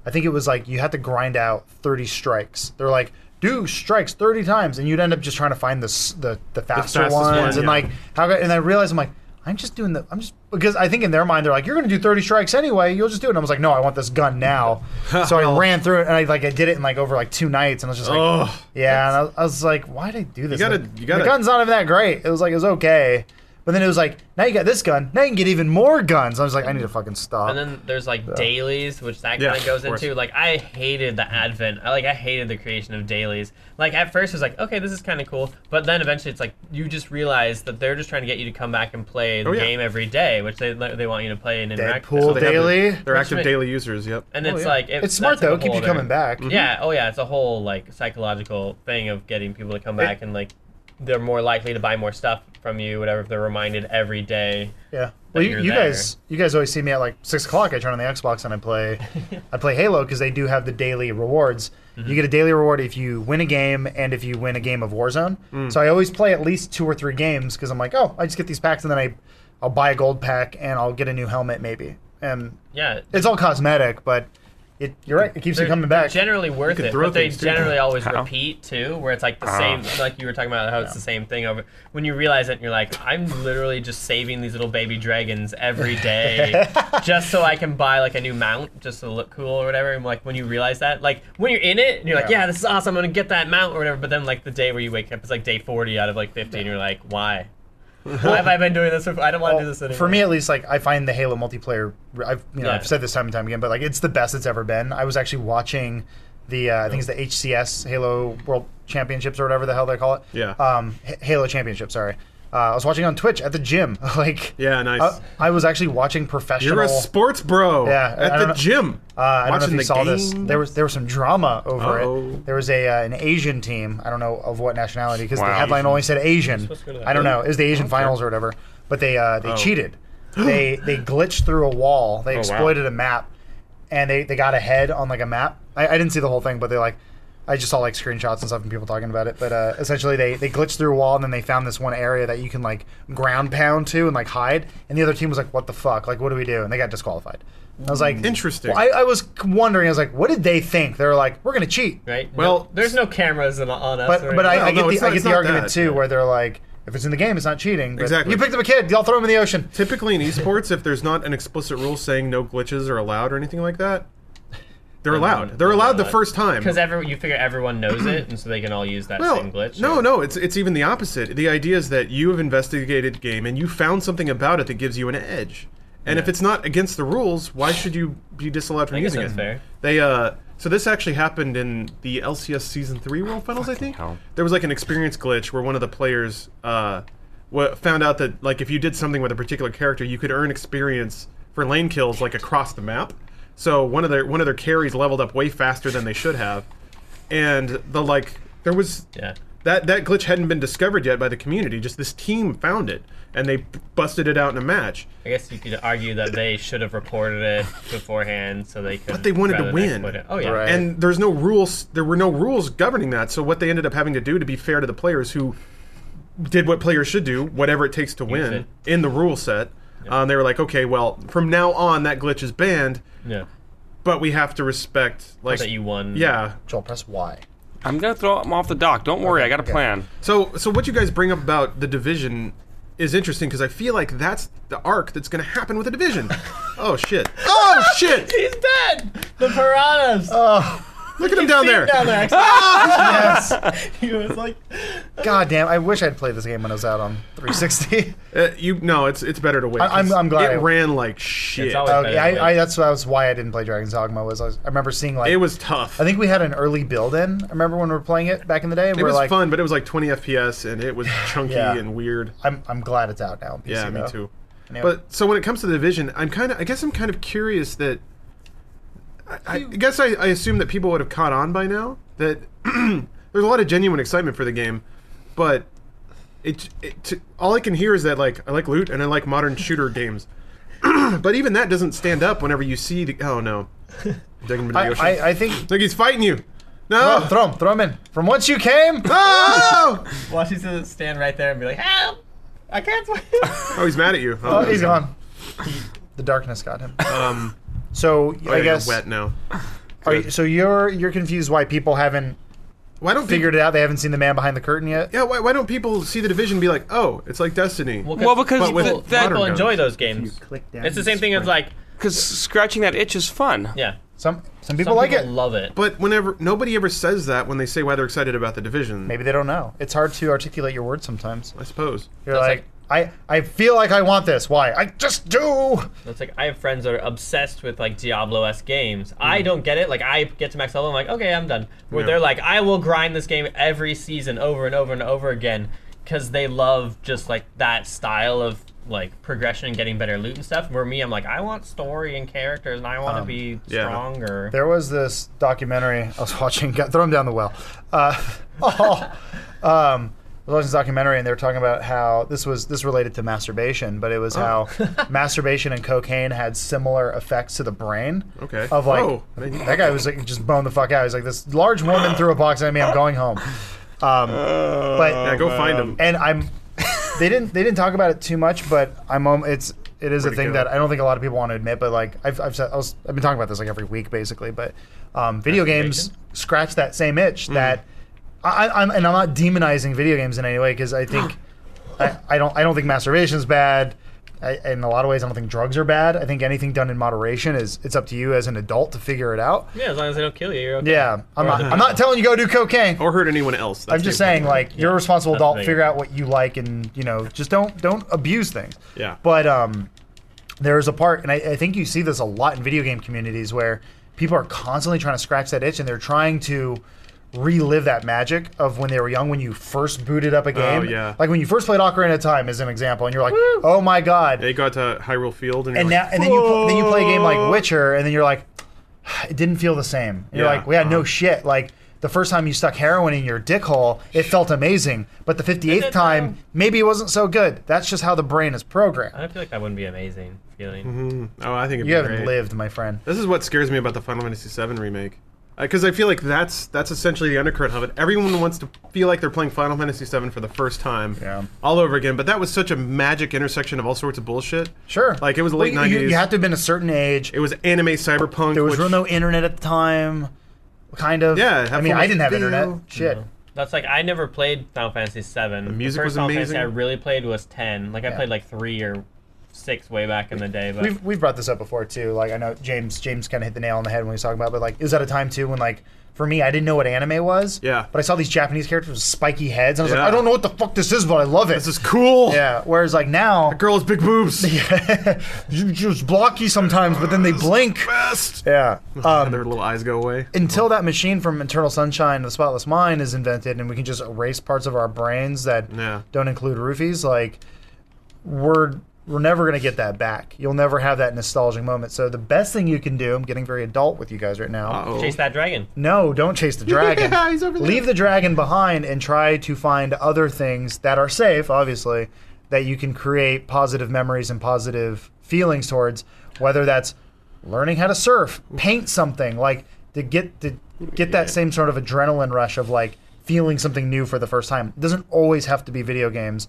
I think it was like you had to grind out 30 strikes. They're like. Do strikes thirty times, and you'd end up just trying to find the s- the, the faster
fastest
ones,
one,
and
yeah.
like how. could- And I realized I'm like, I'm just doing the. I'm just because I think in their mind they're like, you're going to do 30 strikes anyway. You'll just do it. And I was like, no, I want this gun
[LAUGHS]
now. so I ran through it and I like I did it in like over like two nights and I was just like,
oh,
yeah. And I, I was like, why did I do this?
You gotta-
Like,
you gotta-
the gun's not even that great. It was like it was okay, but then it was like now you got this gun. Now you can get even more guns. I was like, I need to fucking stop.
and then there's like dailies which that
Yeah,
kind of goes
of course.
into like i hated the advent i like i hated the creation of dailies like at first it was like okay this is kind of cool but then eventually it's like you just realize that they're just trying to get you to come back and play the
Oh, yeah.
game every day which they they want you to play and interact with.
Deadpool
they have-
daily.
They're active
ma-
daily users, yep.
and
Oh,
it's
yeah.
like it-
it's smart
that's, like,
though.
a
Keep
whole
you
other-
coming back.
[LAUGHS] yeah oh yeah it's a whole like psychological thing of getting people to come back and like they're more likely to buy more stuff from you whatever if they're reminded every day
Yeah. Well, you,
you're
you
there.
guys, you guys always see me at like six o'clock. I turn on the Xbox and I
[LAUGHS]
play, I play Halo because they do have the daily rewards.
Mm-hmm.
You get a daily reward if you win a game and if you win a game of Warzone. So I always play at least two or three games because I'm like, oh, I just get these packs and then I, I'll buy a gold pack and I'll get a new helmet maybe. And
yeah
it's all cosmetic, but it, you're right. It keeps you
They're-
coming back.
they're Generally worth
could
it,
throw
but they
things, too.
generally always
How?
repeat too, where it's like the
Ah.
same. Like you were talking about how it's the same thing over. When you realize it, and you're like, I'm literally just saving these little baby dragons
[LAUGHS]
every day, just so I can buy like a new mount, just to look cool or whatever. And like when you realize that, like when you're in it, and you're like,
Yeah.
yeah, this is awesome. I'm gonna get that mount or whatever. But then like the day where you wake up, it's like day 40 out of like 50, and you're like,
[LAUGHS]
why? Why have I been doing this? before? I don't want to do this anymore.
For me, at least, like I find the Halo multiplayer. I've you know
Yeah.
I've said this time and time again, but like it's the best it's ever been. I was actually watching the uh, I think it's the HCS Halo World Championships or whatever the hell they call it.
Yeah.
Um, H- Halo Championship. Sorry. Uh, I was watching on Twitch at the gym. [LAUGHS] like.
Yeah, nice.
I, I was actually watching professional.
You're a sports bro.
Yeah, I- I
at
don't
the
know-
gym.
Uh, I don't know if
watching
you
the
saw
game.
this. There was there was some drama over
Uh-oh.
it. There was a uh, an Asian team. I don't know of what nationality because the
Wow.
headline only said Asian.
supposed to go to that
I don't know. It was the Asian finals or whatever. But they uh, they cheated. they they glitched through a wall. They exploited a map, and they, they got ahead on like a map. I, I didn't see the whole thing, but they like. I just saw like screenshots and stuff and people talking about it, but uh, essentially they, they glitched through a wall and then they found this one area that you can like ground pound to and like hide, and the other team was like, "What the fuck? Like, what do we do?" And they got disqualified. I was like,
Interesting.
well, I, I was wondering. I was like, what did they think? They were like, we're gonna cheat.
right?
Well,
No- there's no cameras on, on us.
But
or
but I,
No,
I get
no,
the
it's
I
not-
get
it's
the
not
argument
that.
too, where they're like, if it's in the game, it's not cheating. But
Exactly.
You picked up a kid, y'all throw him in the ocean.
Typically in esports, if there's not an explicit rule saying no glitches are allowed or anything like that, they're allowed. They're allowed the first time.
Because every you figure everyone knows it, and so they can all use that
Well,
same glitch.
no,
or-
no, it's it's even the opposite. The idea is that you have investigated game and you found something about it that gives you an edge. And if it's not against the rules, why should you be disallowed from
guess
using
that's
it?
fair.
They uh, so this actually happened in the LCS season three World Finals, I think.
hell.
There was like an experience glitch where one of the players uh, wa found out that like if you did something with a particular character, you could earn experience for lane kills like across the map. So one of their one of their carries leveled up way faster than they should have, and the like there was
Yeah.
that that glitch hadn't been discovered yet by the community. Just this team found it and they b- busted it out in a match.
I guess you could argue that they should have reported it beforehand so they could. But
they wanted to win.
Oh yeah.
Right.
And there's no rules. There were no rules governing that. So what they ended up having to do, to be fair to the players who did what players should do, whatever it takes to
it.
win in the rule set, um, they were like, okay, well, from now on that glitch is banned,
Yeah.
but we have to respect like
That you won.
Yeah.
Joel, press Y.
I'm gonna throw him off the dock. Don't worry, I got a plan.
So so what you guys bring up about the division is interesting because I feel like that's the arc that's going to happen with the
[LAUGHS]
division. oh shit. Oh shit.
He's dead. The piranhas.
Uh,
Oh,
Look at him down there.
down there.
Yes. [LAUGHS]
[LAUGHS]
he was like.
God damn. I wish I'd played this game when I was out on
[LAUGHS]
360.
Uh, you no, it's it's better to wait.
I- I'm-
'cause
I'm glad
it
I-
ran like shit.
always-
[LAUGHS] okay,
Better
I, I, that's that was why I didn't play Dragon's Dogma. Was I, was, I remember seeing like
It was tough.
I think we had an early build in. I remember when we were playing it back in the day.
it
we were
was
like,
fun, but it was like 20 FPS and
[SIGHS]
it was chunky
Yeah.
and weird.
I'm I'm glad it's out now. on PC,
Yeah, me
though.
too.
Anyway.
But so when it comes to the division, I'm kind of I guess I'm kind of curious that I, I guess I, I assume that people would have caught on by now that [CLEARS THROAT] there's a lot of genuine excitement for the game, but it, it t- all I can hear is that like I like loot and I like modern
[LAUGHS]
shooter games. [CLEARS THROAT] but even that doesn't stand up whenever you see the oh no. Digging into the
I,
ocean.
I, I
[LAUGHS]
think
Look, he's fighting you.
Oh,
No.
throw him, throw him in. From whence you
[LAUGHS]
came?
Oh!
Watch he's gonna stand right there and be like, help! I can't swim.
oh, he's mad at you.
Oh, he's gone. The darkness got him.
Um,
So
oh, yeah,
I guess.
you're wet now.
Are you, so you're you're confused why people haven't
Why don't
figured it out? They haven't seen the man behind the curtain yet.
Yeah, why, why don't people see the division and be like, oh, it's like Destiny?
Well, because
But with
th- that
modern
people enjoy
guns.
those games.
Click down.
It's the same thing as like,
because scratching that itch is fun.
yeah.
Some some people
Some
like
people
it.
love it.
but whenever nobody ever says that when they say why they're excited about the division.
Maybe they don't know. It's hard to articulate your words sometimes.
I suppose.
You're
That's
like, I I feel like I want this. Why? I just do.
It's like I have friends that are obsessed with like Diablo s games. I don't get it. Like I get to max level, I'm like, okay, I'm done. Where
Yeah.
they're like, I will grind this game every season over and over and over again because they love just like that style of like progression and getting better loot and stuff. Where me, I'm like, I want story and characters and I want to be
yeah.
stronger.
There was this documentary I was [LAUGHS] watching. God, throw him down the well. Uh, [LAUGHS] oh, um, I was watching this documentary, and they were talking about how this was this related to masturbation, but it was
Oh. [LAUGHS]
how masturbation and cocaine had similar effects to the brain.
Okay.
Of like
Oh, I didn't-
that guy was like just boned the fuck out. He's like this large woman threw a box at me. I'm going home. Um, but
Uh, Yeah, go find him.
and I'm they didn't they didn't talk about it too much, but I'm um, it's it is a
to
thing
go.
that I don't think a lot of people want to admit, but like I've I've said I was, I've been talking about this like every week basically, but um, video games scratch that same itch that I, I- I'm and I'm not demonizing video games in any way because I think I, I don't I don't think masturbation's bad. I, in a lot of ways, I don't think drugs are bad. I think anything done in moderation is it's up to you as an adult to figure it out.
Yeah, as long as they don't kill you, you're okay.
Yeah, I'm not I'm not telling you go do cocaine.
or hurt anyone else. That's
I'm just
the
saying,
important
like, you're a responsible
that's
adult.
big.
Figure out what you like, and you know, just don't don't abuse things.
Yeah.
But um, there is a part, and I, I think you see this a lot in video game communities where people are constantly trying to scratch that itch, and they're trying to relive that magic of when they were young, when you first booted up a game.
Oh, yeah.
Like when you first played Ocarina of Time, as an example, and you're like, oh my god,
They got to Hyrule Field and,
and
you're
now
like,
and then you pl- then you play a game like Witcher, and then you're like, [SIGHS] it didn't feel the same. You're
Yeah. Uh-huh.
like, we had no shit. Like the first time you stuck heroin in your dick hole, it felt amazing, but the 58th
did,
time,
though.
maybe it wasn't so good. That's just how the brain is
I
programmed.
don't feel like that wouldn't be amazing feeling.
oh, I think it'd
You
be
haven't
great.
lived, my friend.
This is what scares me about the Final Fantasy VII remake, because I feel like that's that's essentially the undercurrent of it. Everyone wants to feel like they're playing Final Fantasy VII for the first time,
Yeah.
all over again. But that was such a magic intersection of all sorts of bullshit.
Sure.
like it was late
Well, you-
nineties.
You, you had to have been a certain age.
It was anime cyberpunk.
there was
which,
real no internet at the time, kind of.
Yeah, have
I mean,
fun
I
with
didn't have
video.
internet. Shit.
That's like I never played Final Fantasy VII. The
music
first
was
Final
amazing.
Fantasy I really played was ten. Like I
Yeah.
played like three or six way back in the day. But
We've, we've brought this up before too. Like I know James James kind of hit the nail on the head when he was talking about, it, but like it was at a time too when like for me I didn't know what anime was.
Yeah.
But I saw these Japanese characters with spiky heads, and I was
Yeah.
like, I don't know what the fuck this is, but I love it.
This is cool.
yeah. Whereas like
[LAUGHS]
now, [LAUGHS]
girl has big boobs.
you just blocky sometimes, but then they blink.
[LAUGHS] Best. Oh,
Yeah.
and
Um,
their little eyes go away.
until that machine from Eternal Sunshine of the Spotless Mind is invented, and we can just erase parts of our brains that
Yeah.
don't include roofies, like we're we're never gonna get that back. You'll never have that nostalgic moment. So the best thing you can do, I'm getting very adult with you guys right now.
Uh-oh.
chase that dragon.
No, don't chase the dragon.
[LAUGHS] Yeah, he's over there.
Leave the dragon behind and try to find other things that are safe, obviously, that you can create positive memories and positive feelings towards, whether that's learning how to surf, paint something, like to get to get that same sort of adrenaline rush of like feeling something new for the first time. It doesn't always have to be video games.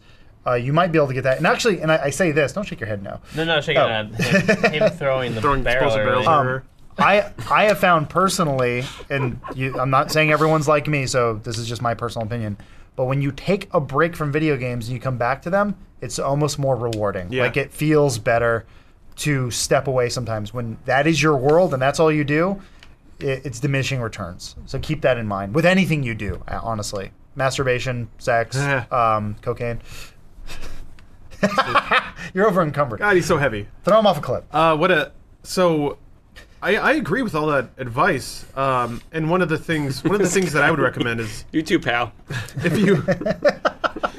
Uh, you might be able to get that. And actually, and I, I say this, don't shake your head now.
No, no, shake
Oh.
it out. Him, him throwing the
Throwing
barrel.
explosive
earlier.
barrels over her.
Um, I I have found personally, and you, I'm not saying everyone's like me, so this is just my personal opinion. But when you take a break from video games and you come back to them, it's almost more rewarding.
Yeah.
Like it feels better to step away sometimes when that is your world and that's all you do. It, it's diminishing returns, so keep that in mind with anything you do. uh, Honestly, masturbation, sex, um, cocaine. [LAUGHS] You're over encumbered.
God, he's so heavy.
Throw him off a cliff.
Uh, what a so. I, I agree with all that advice. Um, and one of the things one of the things that I would recommend is
You too, pal.
if you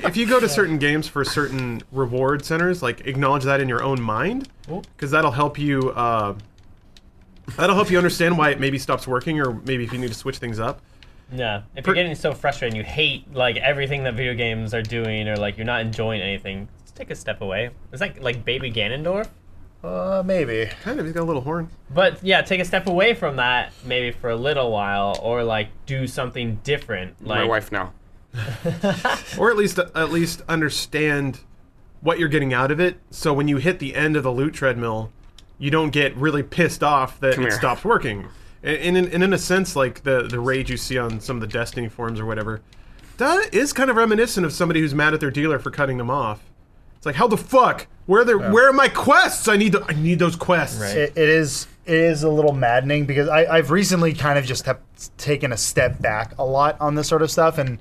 if you go to certain games for certain reward centers, like acknowledge that in your own mind, because that'll help you. Uh, that'll help you understand why it maybe stops working, or maybe if you need to switch things up.
Yeah. If
Per-
you're getting so frustrated, and you hate like everything that video games are doing, or like you're not enjoying anything. Just take a step away. It's like like baby Ganondorf.
Uh, maybe.
Kind of, he's got a little horn.
But yeah, take a step away from that maybe for a little while, or like do something different. Like
My wife now.
or at least at least understand what you're getting out of it. So when you hit the end of the loot treadmill, you don't get really pissed off that
Come
it
here.
stops working. And in, and in a sense, like the the rage you see on some of the Destiny forums or whatever, that is kind of reminiscent of somebody who's mad at their dealer for cutting them off. It's like, how the fuck? Where are the,
Oh.
where are my quests? I need the, I need those quests.
Right.
it, it is it is a little maddening because I, I've recently kind of just have taken a step back a lot on this sort of stuff and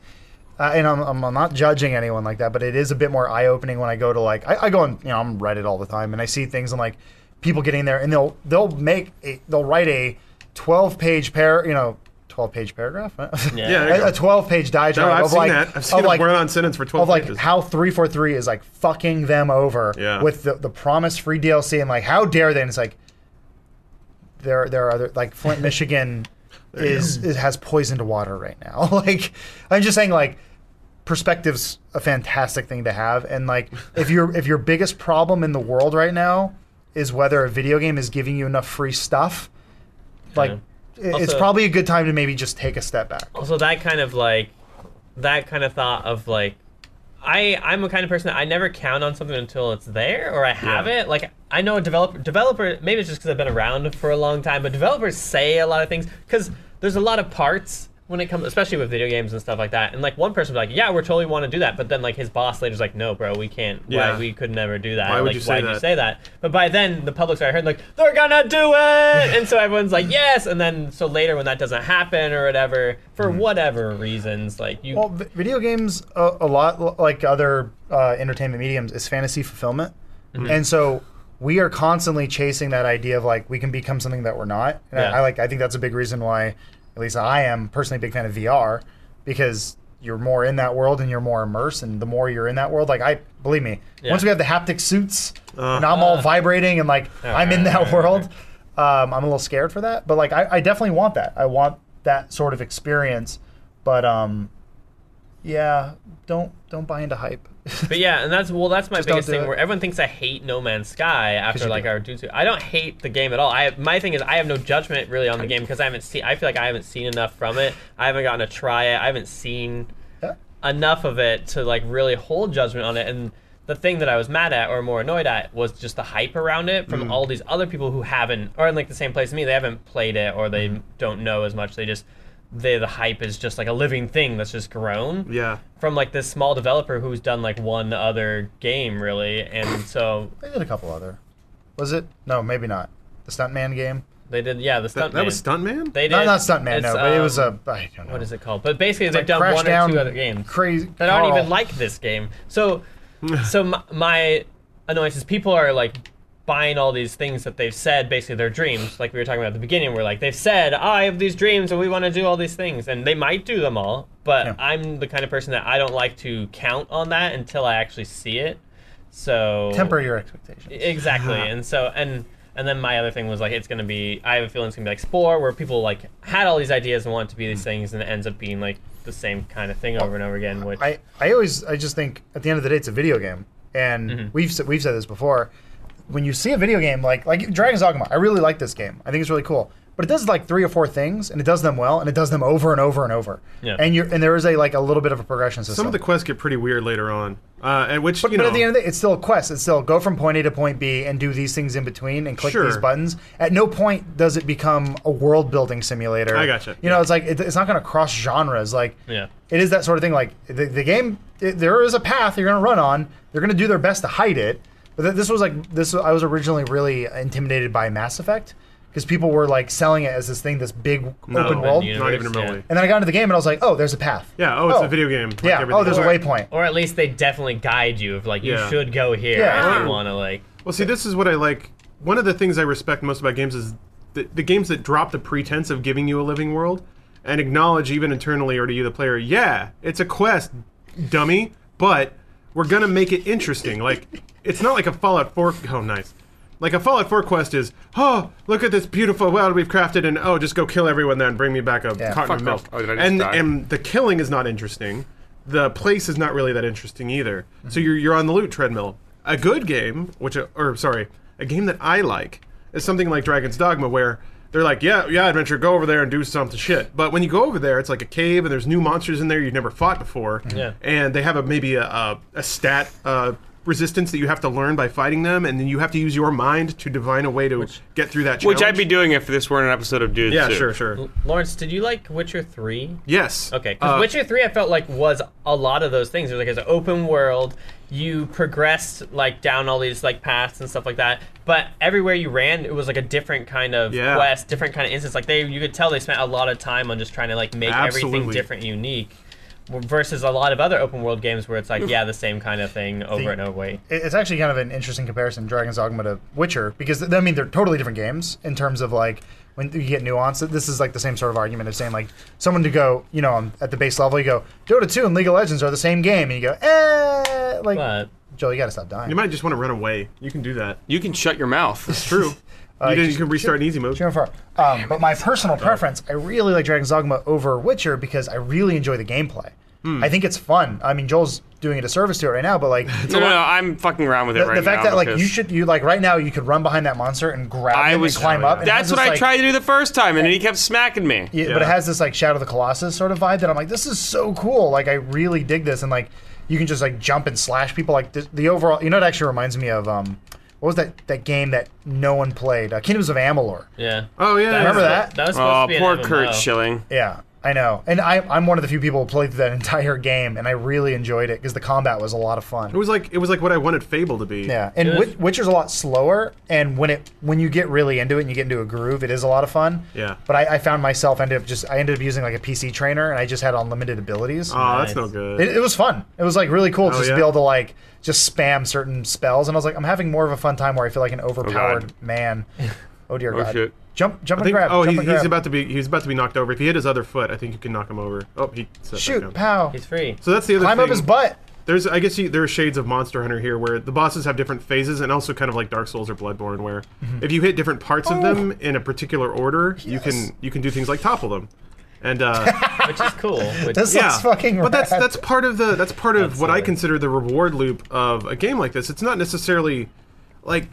uh, and I'm, I'm not judging anyone like that but it is a bit more eye opening when I go to like I, I go on you know I'm Reddit all the time and I see things and like people getting there and they'll they'll make a, they'll write a 12 page par you know 12 page paragraph [LAUGHS] huh?
Yeah, there you
a,
go.
a 12 page diatribe
No, I've
of
seen
like
that. I've seen
of
a
like
word on sentence for twelve
of like
pages.
how 343 is like fucking them over
Yeah.
with the, the promised free DLC and like how dare they and it's like there there are other like Flint Michigan is, is has poisoned water right now [LAUGHS] like I'm just saying like perspective's a fantastic thing to have and like if your if your biggest problem in the world right now is whether a video game is giving you enough free stuff like it- it's
Also-
probably a good time to maybe just take a step back
also that kind of like that kind of thought of like I I'm a kind of person that I never count on something until it's there or I have
Yeah.
it. Like I know a developer developer maybe it's just because I've been around for a long time, but developers say a lot of things because there's a lot of parts when it comes, especially with video games and stuff like that. And like one person was like, "Yeah, we totally want to do that," but then like his boss later's like, "No, bro, we can't.
Yeah.
Why we could never do that?
Why would
like,
you say
why'd
that?"
you say that?" But by then the public's already heard like they're gonna do it, and so everyone's like, "Yes!" And then so later when that doesn't happen or whatever for whatever reasons, like you.
Mm-hmm. Well, v- video games, uh, a lot l- like other uh, entertainment mediums, is fantasy fulfillment, and so we are constantly chasing that idea of like we can become something that we're not. And I-
Yeah.
I, like, I think that's a big reason why, at least I am personally a big fan of VR, because you're more in that world and you're more immersed, and the more you're in that world, like I believe me,
Yeah.
once we have the haptic suits and I'm all vibrating and like I'm in that
right, right,
world, um, I'm a little scared for that. But like I, I definitely want that. I want that sort of experience. But um, yeah, don't don't buy into hype. [LAUGHS]
But yeah, and that's well, that's my
Just don't
biggest
do
thing.
it.
Where everyone thinks I hate No Man's Sky after
you
like
do.
our dudes. I don't hate the game at all. I my thing is I have no judgment really on the game because I haven't seen. I feel like I haven't seen enough from it. I haven't gotten to try it. I haven't seen
Yeah.
enough of it to like really hold judgment on it. And the thing that I was mad at or more annoyed at was just the hype around it
Mm.
from all these other people who haven't or in like the same place as me. They haven't played it or
Mm-hmm.
they don't know as much. They just they the hype is just like a living thing that's just grown
Yeah.
from like this small developer who's done like one other game really and so
They did a couple other. Was it? No, maybe not. The Stuntman game.
they did yeah the
That,
stuntman
that was Stuntman?
they did
Not not Stuntman. No,
it's,
but it was
um,
a. I don't know.
what is it called but basically they've
Like
done
Crash
one or
Down
two other games
Crazy.
that aren't
Carl.
even like this game so so my, my annoyance is people are like buying all these things that they've said basically their dreams like we were talking about at the beginning where like they've said "Ah, i have these dreams and we want to do all these things and they might do them all but
Yeah.
i'm the kind of person that i don't like to count on that until i actually see it so e-,
Temper your expectations. [LAUGHS]
Exactly. And so and and then my other thing was like it's gonna be I have a feeling it's gonna be like Spore where people like had all these ideas and want it to be these things and it ends up being like the same kind of thing over and over again, which
Mm. I, I always I just think at the end of the day it's a video game, and
Mm-hmm.
we've s- we've said this before. When you see a video game like like Dragon's Dogma, I really like this game. I think it's really cool. But it does like three or four things, and it does them well, and it does them over and over and over.
Yeah.
And you are and there is a like a little bit of a progression system.
Some of the quests get pretty weird later on. Uh, and which,
But,
you
but
know.
at the end of the day, it's still a quest. It's still go from point A to point B and do these things in between and click
Sure.
these buttons. At no point does it become a world building simulator.
I gotcha.
You know, it's like it, it's not going to cross genres. Like
Yeah.
it is that sort of thing. Like the, the game, it, there is a path you're going to run on. They're going to do their best to hide it. But th- this was like this. I was originally really intimidated by Mass Effect because people were like selling it as this thing, this big
no,
open world.
Oh, you-
Not even
universe, yeah.
remotely.
And then I got into the game and I was like, oh, there's a path.
Yeah, oh, it's a video game. like
Yeah.
everything
oh, there's a
else.
waypoint.
or at least they definitely guide you of like
Yeah.
you should go here
Yeah.
if
Or-
you wanna like
Well, see, this is what I like. One of the things I respect most about games is the, the games that drop the pretense of giving you a living world and acknowledge, even internally or to you, the player, yeah, it's a quest, dummy, but we're going to make it interesting. Like, it's not like a Fallout 4. Oh, nice. Like a Fallout 4 quest is, oh, look at this beautiful world we've crafted, and oh, just go kill everyone there and bring me back a carton
Fuck
of milk.
off. Oh, did I just
and
die?
and the killing is not interesting. The place is not really that interesting either. So you're you're on the loot treadmill. A good game, which uh, or sorry, a game that I like is something like Dragon's Dogma, where they're like, yeah, yeah, adventure, go over there and do something shit. But when you go over there, it's like a cave and there's new monsters in there you've never fought before.
Yeah.
And they have a maybe a a, a stat. Uh, Resistance that you have to learn by fighting them, and then you have to use your mind to divine a way to get through that challenge.
Which I'd be doing if this weren't an episode of Dudes.
yeah,
Soup.
sure, sure.
Lawrence, did you like Witcher three?
Yes.
Okay, because
Uh,
Witcher Three, I felt like was a lot of those things. It was like it's an open world. You progressed like down all these like paths and stuff like that. But everywhere you ran, it was like a different kind of
Yeah.
quest, different kind of instance. Like they, you could tell they spent a lot of time on just trying to like make everything
Absolutely.
different, and unique. w- Versus a lot of other open world games where it's like yeah, the same kind of thing over
The-
and over. Wait.
it- it's actually kind of an interesting comparison dragon's dogma to witcher because th- i mean they're totally different games in terms of like when you get nuance this is like the same sort of argument of saying like someone to go you know on- at the base level you go dota 2 and league of legends are the same game and you go eh like
But
joel you gotta stop dying
You might just want to run away. You can do that.
You can shut your mouth.
[LAUGHS]
It's true.
Uh,
you, didn't-
just-
you can restart in easy mode.
Too and far. Um, but my personal preference, I really like Dragon's Dogma over Witcher because I really enjoy the gameplay.
Hmm.
I think it's fun. I mean, Joel's doing a disservice to it right now, but
[LAUGHS]
like
No, no, no, I'm fucking around with it
the,
right
the fact
now
that like
because
you should you like right now you could run behind that monster and grab
I
him
was-
and climb up. and it has
That's what
this,
I
like-
tried to do the first time, and he kept smacking me.
Yeah, But
Yeah.
it has this like Shadow of the Colossus sort of vibe that I'm like, this is so cool. Like I really dig this, and like you can just like jump and slash people. Like the, the overall, you know, it actually reminds me of um, what was that that game that no one played? Uh, Kingdoms of Amalur.
Yeah.
Oh yeah,
Remember that?
That was supposed
Oh,
to be an
poor
MMO.
Kurt Schilling.
Yeah, I know. And I, I'm one of the few people who played through that [LAUGHS] entire game, and I really enjoyed it because the combat was a lot of fun.
It was like it was like what I wanted Fable to be.
Yeah, and
It
Wit
is-
Witcher's a lot slower, and when it when you get really into it and you get into a groove, it is a lot of fun.
Yeah.
But I, I found myself ended up just I ended up using like a PC trainer, and I just had unlimited abilities.
Oh, that's no
Nice.
good.
It, it was fun. It was like really cool just to
Oh, yeah?
be able to like just spam certain spells, and I was like, I'm having more of a fun time where I feel like
Oh,
an overpowered man. Oh dear
Oh,
God!
shit.
Jump, jump
I
and
think,
grab!
oh,
jump
he's,
and
he's
grab.
about to be he's about to be knocked over. If he hit his other foot, I think you can knock him over. Oh, he set that down.
shoot, pow!
[LAUGHS]
He's free.
So that's the other
Climb
thing.
up his butt.
There's, I guess, you, there are shades of Monster Hunter here, where the bosses have different phases, and also kind of like Dark Souls or Bloodborne, where
Mm-hmm.
if you hit different parts of them in a particular order, you
Oh. Yes.
can you can do things like topple them,
[LAUGHS]
and uh,
which is cool. Which,
This
yeah,
looks fucking.
but that's
rad.
that's part of the that's part of
That's
what I
hilarious.
consider the reward loop of a game like this. It's not necessarily like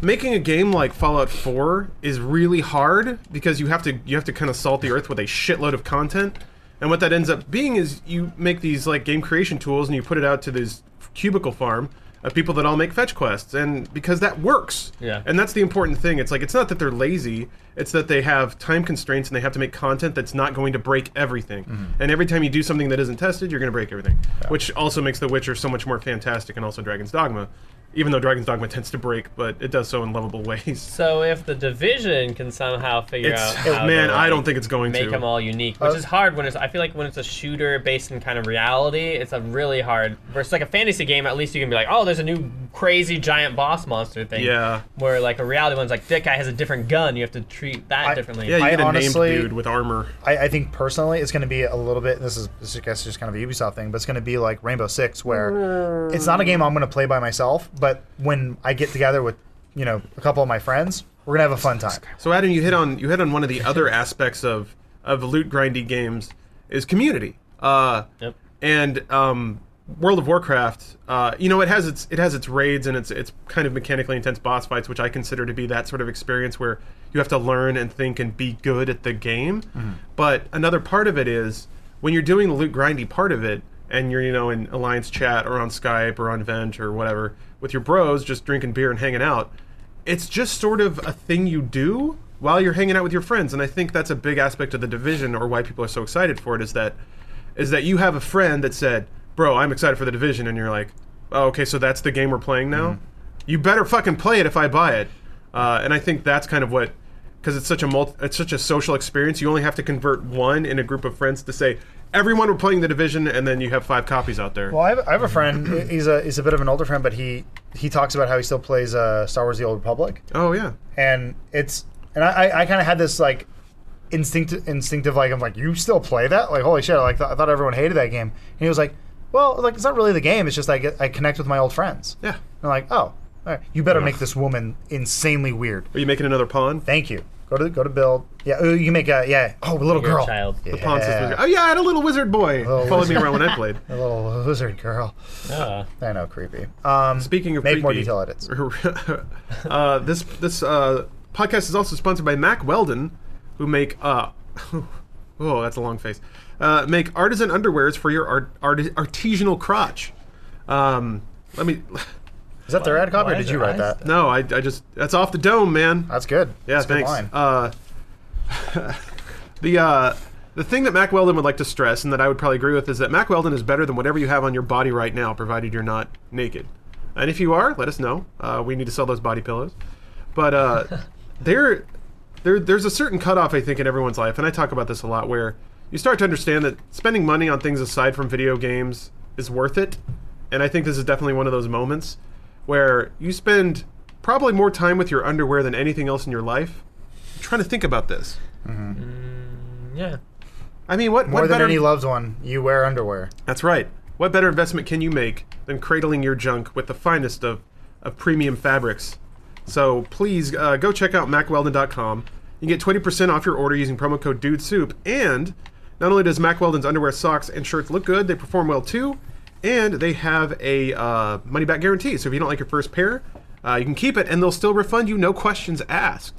making a game like Fallout 4 is really hard because you have to you have to kind of salt the earth with a shitload of content. And what that ends up being is you make these like game creation tools and you put it out to this cubicle farm of people that all make fetch quests and because that works.
Yeah.
And that's the important thing. It's like it's not that they're lazy, it's that they have time constraints and they have to make content that's not going to break everything.
Mm-hmm.
And every time you do something that isn't tested, you're going to break everything, which also makes The Witcher so much more fantastic and also Dragon's Dogma, even though Dragon's Dogma tends to break, but it does so in lovable [LAUGHS] ways.
so if the division can somehow figure out,
It's oh,
how
man,
to,
I
like,
don't think it's going
make
to.
them all unique, which is hard when it's. I feel like when it's a shooter based in kind of reality, it's a really hard. Versus like a fantasy game, at least you can be like, oh, there's a new crazy giant boss monster thing.
Yeah.
Where like a reality one's like, that guy has a different gun. You have to treat that
I-
differently.
yeah, you
I
get a
honestly-
named dude with armor.
I, I think personally, it's going to be a little bit. This is, this is, I guess, just kind of a Ubisoft thing, but it's going to be like Rainbow Six, where it's not a game I'm going to play by myself. But when I get together with, you know, a couple of my friends, we're gonna have a fun time.
So Adam, you hit on you hit on one of the other [LAUGHS] aspects of of loot grindy games is community. Uh,
Yep.
And um, World of Warcraft, uh, you know, it has its it has its raids and its its kind of mechanically intense boss fights, which I consider to be that sort of experience where you have to learn and think and be good at the game. But another part of it is when you're doing the loot grindy part of it, and you're you know in alliance chat or on Skype or on Vent or whatever with your bros, just drinking beer and hanging out it's just sort of a thing you do while you're hanging out with your friends and i think that's a big aspect of the division or why people are so excited for it is that is that you have a friend that said bro i'm excited for the division and you're like oh, okay so that's the game we're playing now
Mm-hmm.
you better fucking play it if i buy it uh, and i think that's kind of what because it's such a multi, it's such a social experience you only have to convert one in a group of friends to say everyone we're playing the division and then you have five copies out there
Well, I have, I have a friend. He's a he's a bit of an older friend, but he he talks about how he still plays uh, Star Wars: The Old Republic,
oh yeah
and it's and I I, I kind of had this like instinctive instinctive like I'm like you still play that like holy shit like th- I thought everyone hated that game and he was like well like it's not really the game it's just I get I connect with my old friends
yeah
And I'm like, oh, all right. you better make this woman insanely weird.
are you making
[LAUGHS]
another pawn
Thank you. Go to go to build. Yeah, ooh, you make a yeah. Oh, a little
You're a
girl.
child.
Yeah.
The
Pawn says wizard. oh yeah i had a little wizard boy
Little
followed me
wizard.
around when i
[LAUGHS]
played
A little lizard girl.
Uh,
I know, creepy. Um,
Speaking of
make
creepy,
more detail edits.
[LAUGHS] uh, this this uh, podcast is also sponsored by Mac Weldon, who make uh, [LAUGHS] oh that's a long face, uh, make artisan underwears for your art, art, artisanal crotch. Um, let me. [LAUGHS]
Is that their ad copy? or
why
Did
is
you
their
write
eyes
that?
No, I, I just that's off the dome, man.
That's good.
Yeah,
That's a good
thanks.
line.
Uh, [LAUGHS] the uh, the thing that Mac Weldon would like to stress, and that I would probably agree with, is that Mac Weldon is better than whatever you have on your body right now, provided you're not naked. And if you are, let us know. Uh, we need to sell those body pillows. But uh, [LAUGHS] there, there, there's a certain cutoff I think in everyone's life, and I talk about this a lot, where you start to understand that spending money on things aside from video games is worth it. And I think this is definitely one of those moments where you spend probably more time with your underwear than anything else in your life. I'm trying to think about this.
yeah.
I mean, what,
More
what
than
better?
any loved one, you wear underwear.
that's right. What better investment can you make than cradling your junk with the finest of, of premium fabrics? So please uh, go check out MacWeldon.com. You can get 20% off your order using promo code DudeSoup. And not only does Mac Weldon's underwear, socks, and shirts look good, they perform well too. And they have a uh, money back guarantee. So if you don't like your first pair, uh, you can keep it and they'll still refund you, no questions asked.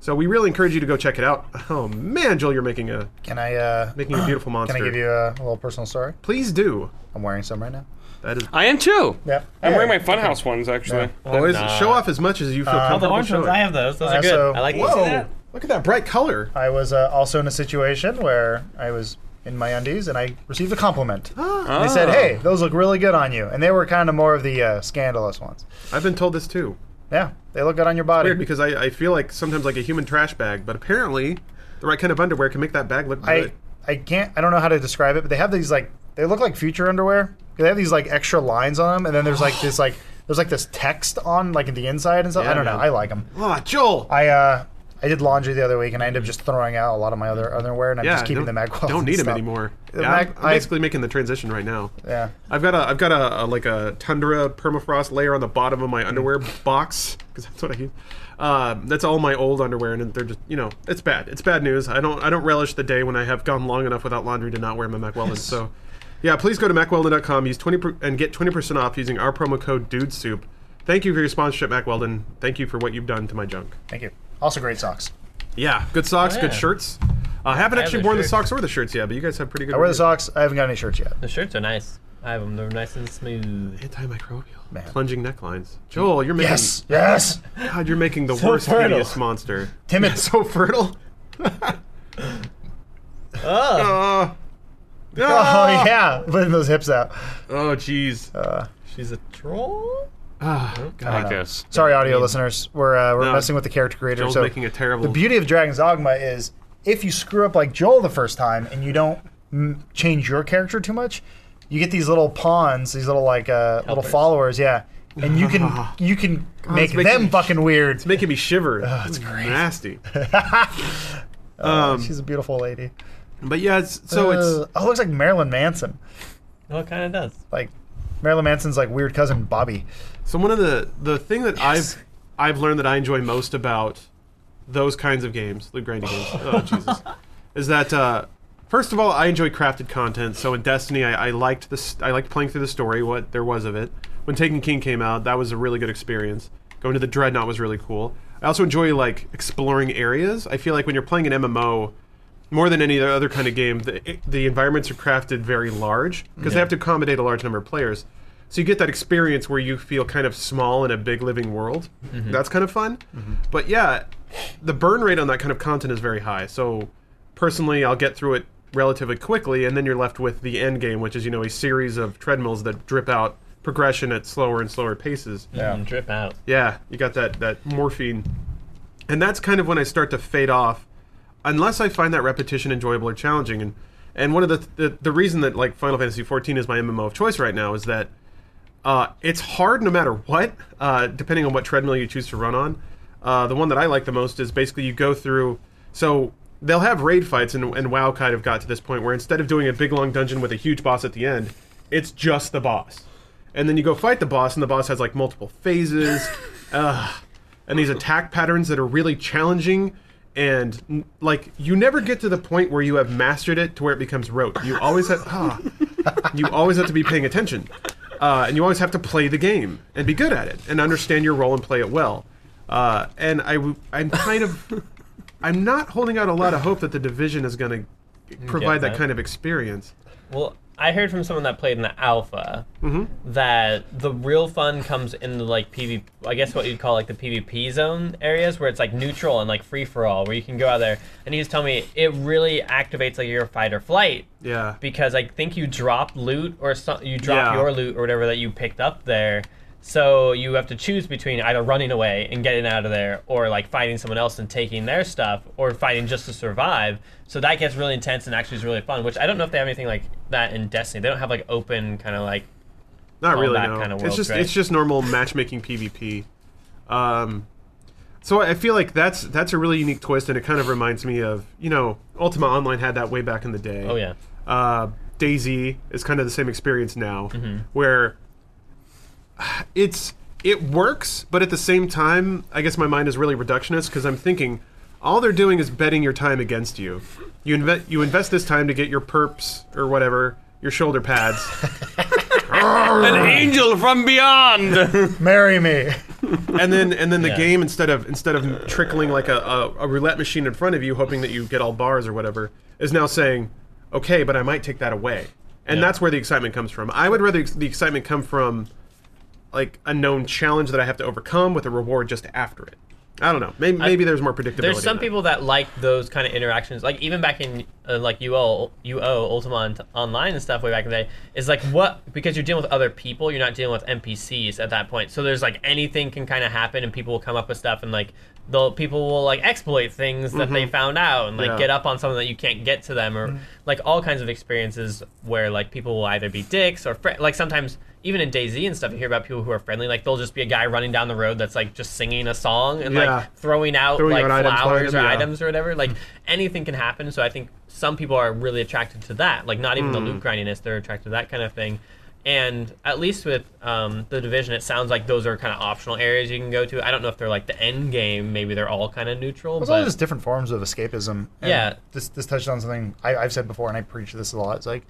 So we really encourage you to go check it out. Oh man, Joel, you're making a
Can I? Uh,
making a beautiful monster.
can I give you a, little personal story?
Please do.
I'm wearing some right now.
That is
I am too.
Yeah.
I'm wearing
Hey.
my Funhouse ones actually.
always
not.
show off as much as you feel
Oh, the
comfortable
orange ones.
showing.
I have those. Those
Uh, I
are
also-
good. I like you see
Whoa!
that?
Look at that bright color.
I was uh, also in a situation where I was in my undies and I received a
[GASPS]
compliment.
Ah.
And They said,
Oh.
"Hey, those look really good on you," and they were kind of more of the uh, scandalous ones.
I've been told this too.
Yeah, they look good on your body.
Weird because I, I feel like sometimes like a human trash bag, but apparently the right kind of underwear can make that bag look
I
good.
I can't. I don't know how to describe it, but they have these like they look like future underwear. They have these like extra lines on them, and then there's like this like there's like this text on like in the inside and stuff. I don't know.
man.
I like them.
Ah, Joel.
I uh I did laundry the other week, and I ended up just throwing out a lot of my other underwear, and I'm
yeah,
just keeping
don't,
the mag. welds [LAUGHS]
Don't
and
need them
stuff.
anymore.
The
Yeah,
mag-
I'm- I'm
I-
basically making the transition right now.
Yeah.
I've got a I've got a, a like a tundra permafrost layer on the bottom of my underwear
Mm.
box because that's what I use. Um, that's all my old underwear, and they're just you know it's bad. It's bad news. I don't I don't relish the day when I have gone long enough without laundry to not wear my MacWeldon. so, yeah, please go to MacWeldon.com, use twenty per, and get twenty percent off using our promo code Dude Soup. Thank you for your sponsorship, MacWeldon. Thank you for what you've done to my junk.
Thank you. Also, great socks.
Yeah, good socks,
Oh,
good
yeah.
shirts. Uh, I haven't
I have
actually
the
worn the
shirt.
socks or the shirts yet, but you guys have pretty good.
I wear the
reviews.
socks. I haven't got any shirts yet.
The shirts are nice. I have them. They're nice and smooth.
Antimicrobial,
Man.
plunging necklines. Joel, you're making
Yes. Yes.
God, you're making the
So
worst
fertile.
hideous monster.
Timid.
[LAUGHS]
Ah.
So
[LAUGHS]
fertile.
Oh,
Uh, Ah.
Oh yeah, putting those hips out.
Oh jeez.
she's a troll.
Ah,
I like
God.
this.
Sorry, audio listeners. We're uh, we're
No,
messing with the character creator.
Joel's
so
making a terrible.
the beauty of Dragon's Dogma is if you screw up like Joel the first time and you don't m- change your character too much, you get these little pawns, these little like uh, little
Helpers.
followers. Yeah, and you
[LAUGHS]
can you can make
Oh, making
them
me sh-
fucking weird.
it's making me shiver. it's nasty.
She's a beautiful lady.
But yeah, it's, so
Uh,
it's
oh, it looks like Marilyn Manson.
No, it kind of does.
Like Marilyn Manson's like weird cousin Bobby.
so one of the the thing that I've I've learned that I enjoy most about those kinds of games, the grindy games. Oh Jesus, is that uh, first of all, I enjoy crafted content. So in Destiny, I, I liked this. I liked playing through the story, what there was of it. When Taken King came out, that was a really good experience. Going to the Dreadnought was really cool. I also enjoy like exploring areas. I feel like when you're playing an MMO, more than any other kind of game, the, the environments are crafted very large because they have to accommodate a large number of players. So you get that experience where you feel kind of small in a big living world. That's kind of fun. But yeah, the burn rate on that kind of content is very high. So personally, I'll get through it relatively quickly, and then you're left with the end game, which is you know a series of treadmills that drip out progression at slower and slower paces.
Yeah. drip out.
Yeah, you got that that morphine, and that's kind of when I start to fade off, unless I find that repetition enjoyable or challenging. And and one of the the, the reason that like Final Fantasy XIV is my MMO of choice right now is that uh, it's hard no matter what, uh, depending on what treadmill you choose to run on. Uh, the one that I like the most is basically you go through. So they'll have raid fights, and, and WoW kind of got to this point where instead of doing a big long dungeon with a huge boss at the end, it's just the boss. And then you go fight the boss, and the boss has like multiple phases, uh, and these attack patterns that are really challenging. And n- like you never get to the point where you have mastered it to where it becomes rote. You always have. Ah you always have to be paying attention, uh, and you always have to play the game and be good at it and understand your role and play it well. Uh, and I, w- I'm kind of, I'm not holding out a lot of hope that the division is going to provide that
that.
kind of experience.
Well, I heard from someone that played in the alpha that the real fun comes in the like PvP, I guess what you'd call like the PvP zone areas where it's like neutral and like free for all, where you can go out there. And he was telling me it really activates like your fight or flight
Yeah.
because I think you drop loot or so, you drop
Yeah.
your loot or whatever that you picked up there. So you have to choose between either running away and getting out of there, or like fighting someone else and taking their stuff, or fighting just to survive. So that gets really intense and actually is really fun. Which I don't know if they have anything like that in Destiny. They don't have like open kind of like
Not
all
really.
that
no.
kinda
it's
world's
just
great.
it's just normal matchmaking PvP. Um, so I feel like that's that's a really unique twist, and it kind of reminds me of you know Ultima Online had that way back in the day.
oh yeah,
uh, Daisy is kind of the same experience now,
Mm-hmm.
where it's it works, but at the same time, I guess my mind is really reductionist because I'm thinking all they're doing is betting your time against you. You inve- you invest this time to get your perps or whatever, your shoulder pads.
An angel
[LAUGHS]
from beyond. [LAUGHS]
Marry me.
and then and then the
Yeah.
game instead of instead of trickling like a, a, a roulette machine in front of you, hoping that you get all bars or whatever, is now saying, okay, but I might take that away. and that's where the excitement comes from. I would rather ex- the excitement come from like a known challenge that I have to overcome with a reward just after it. I don't know. Maybe, maybe there's more predictability.
There's
in
some
that.
people that like those kind of interactions. Like even back in uh, like UO UO Ultima on- Online and stuff way back in the day is like what because you're dealing with other people, you're not dealing with NPCs at that point. So there's like anything can kind of happen, and people will come up with stuff, and like the people will like exploit things that they found out, and like
Mm-hmm. Yeah.
get up on something that you can't get to them, or like all kinds of experiences where like people will either be dicks or fri like sometimes. Even in DayZ and stuff, you hear about people who are friendly. Like they'll just be a guy running down the road that's like just singing a song and
Yeah.
like throwing out
Throwing
like
out items,
flowers or
yeah.
items or whatever.
Hmm.
Like anything can happen. So I think some people are really attracted to that. Like not even
Hmm.
the loot grindiness, they're attracted to that kind of thing. And at least with um, the division, it sounds like those are kind of optional areas you can go to. I don't know if they're like the end game. Maybe they're all kind of neutral.
There's all
But
these different forms of escapism. And
Yeah.
This this touched on something I, I've said before, and I preach this a lot. It's like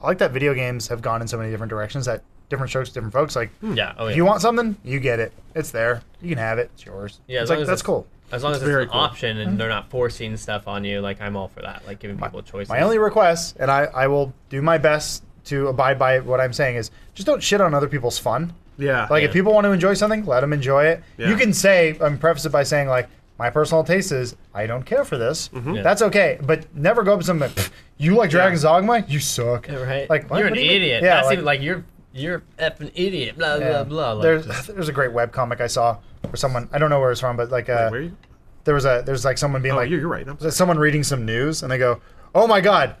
I like that video games have gone in so many different directions that different strokes, different folks. Like,
yeah, oh
if
yeah.
you want something, you get it. It's there. You can have it. It's yours.
Yeah, as
it's
long
like
as
that's
it's-
cool. Hmm.
as long as it's
very
an
cool.
option and they're not forcing stuff on you, like I'm all for that. Like giving people choices.
My only request, and I, I will do my best to abide by what I'm saying, is just don't shit on other people's fun.
Yeah.
Like, if
Yeah.
people want to enjoy something, let them enjoy it.
Yeah.
You can say, I'm preface it by saying, like, my personal taste is I don't care for this.
Mm-hmm.
Yeah.
That's okay. But never go up to someone, "Pfft, you like Dragon's Dogma? You suck.
Yeah, [LAUGHS] right?
Like, what?
you're
What
an
do you mean?
idiot.
Yeah,
That's
like-
even like you're you're effing idiot. Blah
Yeah.
blah blah. Like,
there's
just-
there's a great webcomic I saw where someone I don't know where it's from, but like uh,
Where are you?
there was a there's like someone being
Oh,
like
you're, you're right. I'm sorry.
there's someone reading some news and they go, "Oh my god,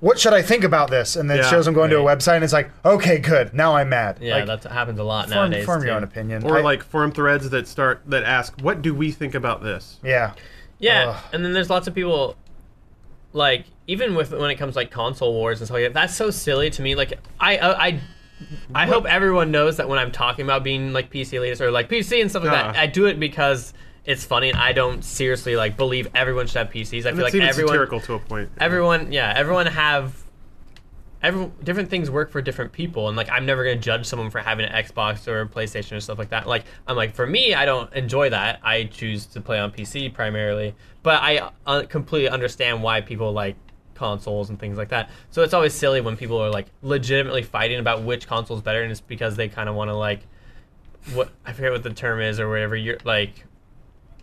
what should I think about this?" And then it
Yeah,
shows them going to a
right.
website and it's like, "Okay, good. Now I'm mad."
yeah,
like,
that happens a lot
form,
nowadays.
form your
too.
own opinion.
Or
I-
like forum threads that start that ask, "What do we think about this?"
yeah,
Yeah,
Ugh.
and then there's lots of people, like even with when it comes like console wars and stuff like that. That's so silly to me. Like I I. I I hope everyone knows that when I'm talking about being like PC elitist or like PC and stuff like that,
Yeah.
I do it because it's funny and I don't seriously like believe everyone should have PCs. I
And
feel
it's
like
even
everyone
satirical to a point.
everyone yeah everyone have every different things work for different people and like i'm never going to judge someone for having an xbox or a playstation or stuff like that like i'm like for me i don't enjoy that i choose to play on pc primarily but i uh, completely understand why people like consoles and things like that so it's always silly when people are like legitimately fighting about which console's better and it's because they kind of want to like what i forget what the term is or whatever you're like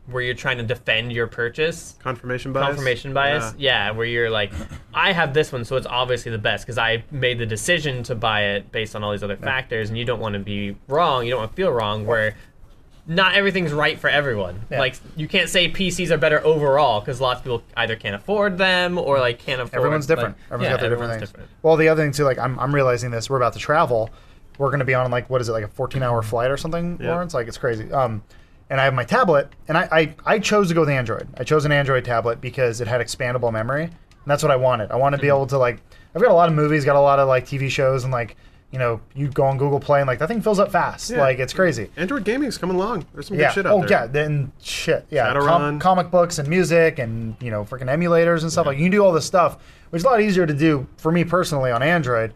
where you're trying to defend your purchase
confirmation bias.
confirmation bias.
Yeah.
Yeah. where you're like, I have this one, so it's obviously the best because I made the decision to buy it based on all these other factors, and you don't want to be wrong. You don't want to feel wrong. Where not everything's right for everyone.
Yeah.
Like you can't say PCs are better overall because lots of people either can't afford them or like can't afford.
everyone's
like-
different. Everyone's
yeah,
got their
everyone's
different things. Well, the other thing too, like I'm, I'm realizing this. We're about to travel. We're going to be on like what is it like a 14 hour flight or something,
Yeah.
Lawrence? Like it's crazy. Um, and I have my tablet, and I, I I chose to go with Android. I chose an Android tablet because it had expandable memory, and that's what I wanted. I want to be able to like I've got a lot of movies, got a lot of like TV shows, and like you know you go on Google Play and like that thing fills up fast.
Yeah.
Like it's crazy.
Android gaming's coming along. There's some
Yeah.
good shit out
oh
there.
yeah. Then shit. Yeah. Com-
Shadowrun.
comic books and music and you know freaking emulators and stuff. Like you can do all this stuff, which is a lot easier to do for me personally on Android.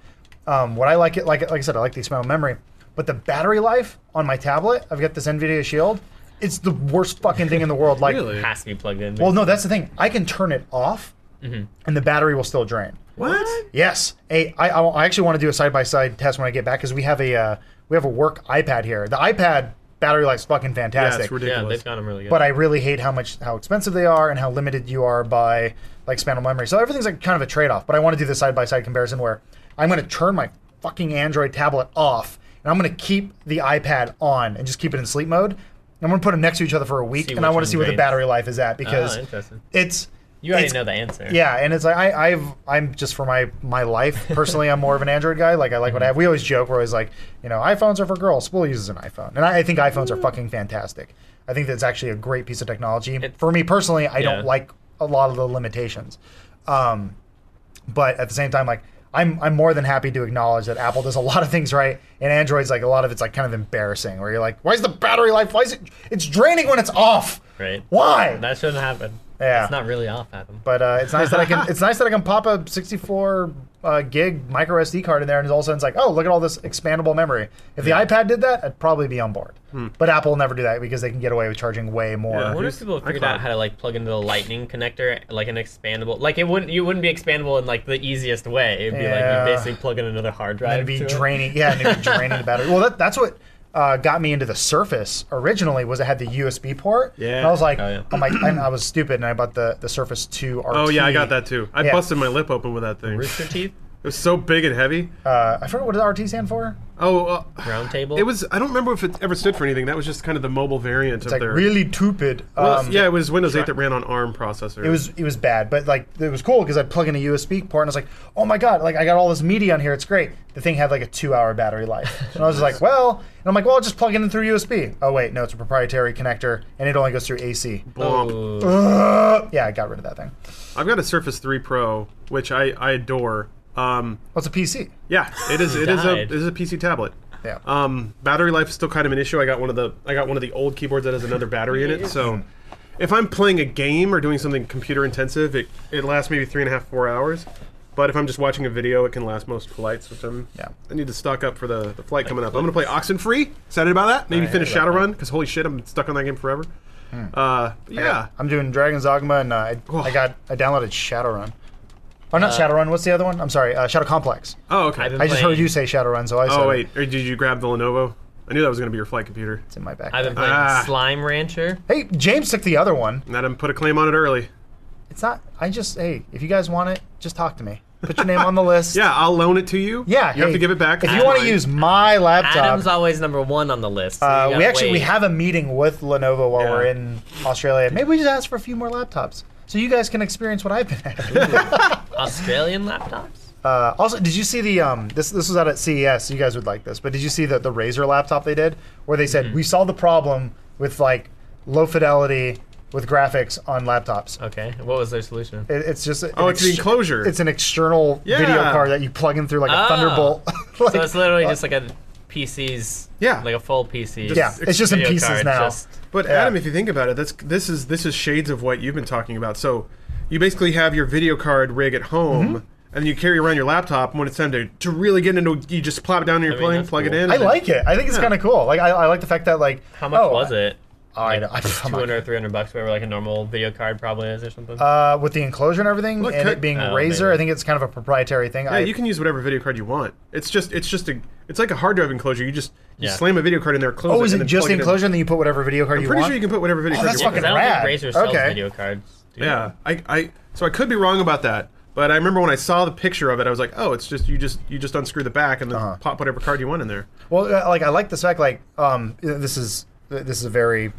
Um, what I like it like like I said, I like the expandable memory, but the battery life on my tablet. I've got this Nvidia Shield. It's the worst fucking thing in the world. Like,
Really?
Has to be plugged in.
well, no, that's the thing. I can turn it off,
Mm-hmm.
and the battery will still drain.
What?
Yes, a, I, I I actually want to do a side by side test when I get back because we have a uh, we have a work iPad here. The iPad battery life's fucking
Yeah,
fantastic
it's
yeah,
ridiculous.
they've got them really good.
but I really hate how much how expensive they are and how limited you are by like expandable memory. So everything's like kind of a trade off. But I want to do the side by side comparison where I'm going to turn my fucking Android tablet off and I'm going to keep the iPad on and just keep it in sleep mode. I'm going to put them next to each other for a week
See
and I
which
want
one
to see where the
drains.
battery life is at because
oh, interesting.
it's
You already
it's-
know the answer.
yeah, and it's like I, I've I'm just for my my
[LAUGHS]
life personally. I'm more of an Android guy. Like I like what
Mhm.
I have. We always joke. We're always like, you know, iPhones are for girls. Spool uses an iPhone, and I, I think iPhones
Mm.
are fucking fantastic. I think that's actually a great piece of technology. for me personally, I
yeah.
don't like a lot of the limitations, um, but at the same time, like. I'm, I'm more than happy to acknowledge that Apple does a lot of things right, and Android's like a lot of it's like kind of embarrassing. Where you're like, why is the battery life? Why is it? It's draining when it's off.
Right.
Why?
That shouldn't happen.
Yeah.
It's not really off, Adam.
But uh, it's nice that I can. It's nice that I can pop a 64 uh, gig micro SD card in there, and all of a sudden it's like, oh, look at all this expandable memory. If the iPad did that, I'd probably be on board. But Apple will never do that because they can get away with charging way more.
Hmm. Yeah.
I wonder if
Who's-
people have figured
iCloud.
out how to like plug into the lightning connector, like an expandable. Like it wouldn't, you wouldn't be expandable in like the easiest way. It'd be
Yeah.
like you basically plug in another hard drive.
and it'd
to
be
it.
draining. Yeah, and
[LAUGHS]
it'd be draining the battery. Well, that, that's what uh, got me into the Surface originally was it had the USB port.
Yeah.
and I was like,
Oh, yeah.
I'm like, and I was stupid, and I bought the the Surface 2 RT.
Oh yeah, I got that too. I
Yeah.
busted my lip open with that thing. It
Rooster teeth,
was so big and heavy.
Uh, I forgot what did RT stand for.
Oh, uh,
round table.
it was. I don't remember if it ever stood for anything. That was just kind of the mobile variant of
It's like
their.
really stupid.
Well,
um,
yeah, it was Windows 8 that ran on ARM processor.
It was it was bad, but like it was cool because I'd plug in a USB port and I was like, oh my god, like I got all this media on here, it's great. The thing had like a two hour battery life, and I was just like, well, and I'm like, well, I'll just plug it in through USB. Oh wait, no, it's a proprietary connector, and it only goes through AC.
Blomp.
Ooh.
Uh, yeah, I got rid of that thing.
I've got a Surface 3 Pro, which I, I adore. Um,
What's it's a PC?
yeah, it is it is a
Died.
it is a PC tablet.
Yeah.
Um, battery life is still kind of an issue. I got one of the I got one of the old keyboards that has another battery in it. So if I'm playing a game or doing something computer intensive, it, it lasts maybe three and a half four hours. But if I'm just watching a video, it can last most flights. Which I'm
Yeah.
I need to stock up for the, the flight coming up. I'm gonna play Oxenfree. Excited about that?
Oh,
Maybe finish Shadowrun because holy shit, I'm stuck on that game forever.
Hmm.
Uh, yeah.
I'm doing Dragon's Dogma, and uh, I,
Oh.
I got I downloaded Shadowrun. Oh, not Shadowrun. What's the other one? I'm sorry, uh, Shadow Complex.
Oh okay.
I've been
I just heard
playing-
you say Shadowrun, so I said
Oh
it.
wait, or did you grab the Lenovo? I knew that was going to be your flight computer.
it's in my back.
I've been playing
Ah.
Slime Rancher.
hey, James took the other one.
And that put a claim on it early.
It's not. I just hey, if you guys want it, just talk to me. Put your name
[LAUGHS]
on the list.
Yeah, I'll loan it to you.
yeah.
you have
hey,
to give it back.
If you
It's
want to
mine.
use my laptop,
Adam's always number one on the list. so you
uh,
gotta
we actually we
wait.
have a meeting with Lenovo while
Yeah.
we're in Australia. Maybe we just ask for a few more laptops so you guys can experience what I've been [LAUGHS] at.
Australian laptops.
Uh, also, did you see the um? This this was out at CES. You guys would like this, but did you see the the Razer laptop they did, where they
Mm-hmm.
said we solved the problem with like low fidelity with graphics on laptops.
Okay, what was their solution?
It, it's just
Oh, it's the enclosure.
It's an external video
Yeah.
card that you plug in through like a
Ah.
Thunderbolt. [LAUGHS] Like-
so it's literally just like a PC's.
Yeah.
Like a full PC.
yeah, it's just in
video
pieces
card,
now.
just-
But
Yeah.
Adam, if you think about it, that's this is this is shades of what you've been talking about. So you basically have your video card rig at home.
Mm-hmm.
And you carry around your laptop, and when it's time to, to really get into, you just plop it down on your
I mean,
plane,
that's
plug
cool.
it in.
I
and-
like it. I think it's kind of cool. Like I, I like the fact that like
How much
oh,
was it?
I, know. [LAUGHS] I, I'm not-
200 or 300 bucks, whatever like a normal video card probably is or something.
uh, with the enclosure and everything,
Look,
and
could-
it being
Oh,
Razer,
maybe.
I think it's kind of a proprietary thing. I,
Yeah, you can use whatever video card you want. It's just it's just a it's like a hard drive enclosure. You just you
Yeah.
slam a video card in there, close
oh,
it,
is
and
it
then
just
plug
the
it in.
enclosure, and then you put whatever video card
I'm
you
pretty
want?
sure you can put whatever video
Oh,
card
that's
you want.
fucking
I don't
rad.
think Razer sells
Okay.
video cards. do they?
Yeah, I, I, so I could be wrong about that, but I remember when I saw the picture of it, I was like, oh, it's just you just you just unscrew the back and then
Uh-huh.
pop whatever card you want in there.
Well, uh, like I like this fact. Like um, this is this is a very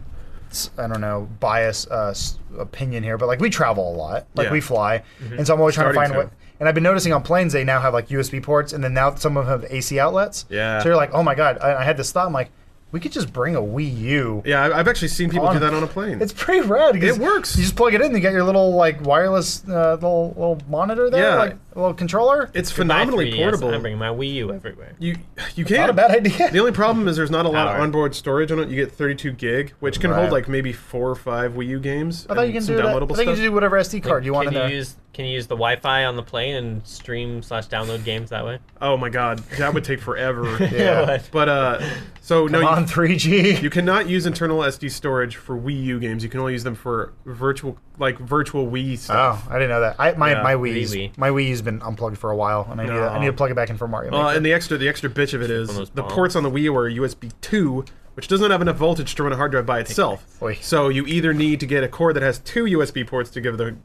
I don't know bias uh, s- opinion here, but like we travel a lot, like
Yeah.
we fly,
Mm-hmm.
and so I'm always trying
Starting
to find
to.
what. And I've been noticing on planes they now have like USB ports, and then now some of them have AC outlets.
Yeah.
So you're like, oh my god! I, I had this thought. I'm like, we could just bring a Wii U.
Yeah, I, I've actually seen people
On-
do that on a plane.
It's pretty rad. 'cause
It works.
You just plug it in, you get your little like wireless uh, little little monitor there,
Yeah.
like little controller.
it's
My
phenomenally
3DS,
portable.
I'm bringing my Wii U everywhere.
you you can't.
Not a bad idea.
[LAUGHS] The only problem is there's not a lot of
Power.
onboard storage on it. You get 32 gig, which can
Right.
hold like maybe four or five Wii U games.
I thought you can do that. I
downloadable
think
stuff.
you can do whatever SD card you want
can
in there.
you use can you use the Wi-Fi on the plane and stream slash download games that way?
oh my god, that would take forever.
[LAUGHS]
[LAUGHS]
yeah.
But uh, so no, you,
on 3G.
[LAUGHS] You cannot use internal SD storage for Wii U games. You can only use them for virtual, like virtual Wii stuff.
Oh, I didn't know that. I, my
Yeah,
my
Wii
Wii's
Wii.
my Wii's been unplugged for a while, and I need to, I
No.
need to plug it back in for Mario.
Uh,
Maker.
and the extra, the extra bitch of it is
One of those
the
bombs.
ports on the Wii are USB two, which doesn't have enough voltage to run a hard drive by itself.
Oy.
So you either need to get a cord that has two USB ports to give the,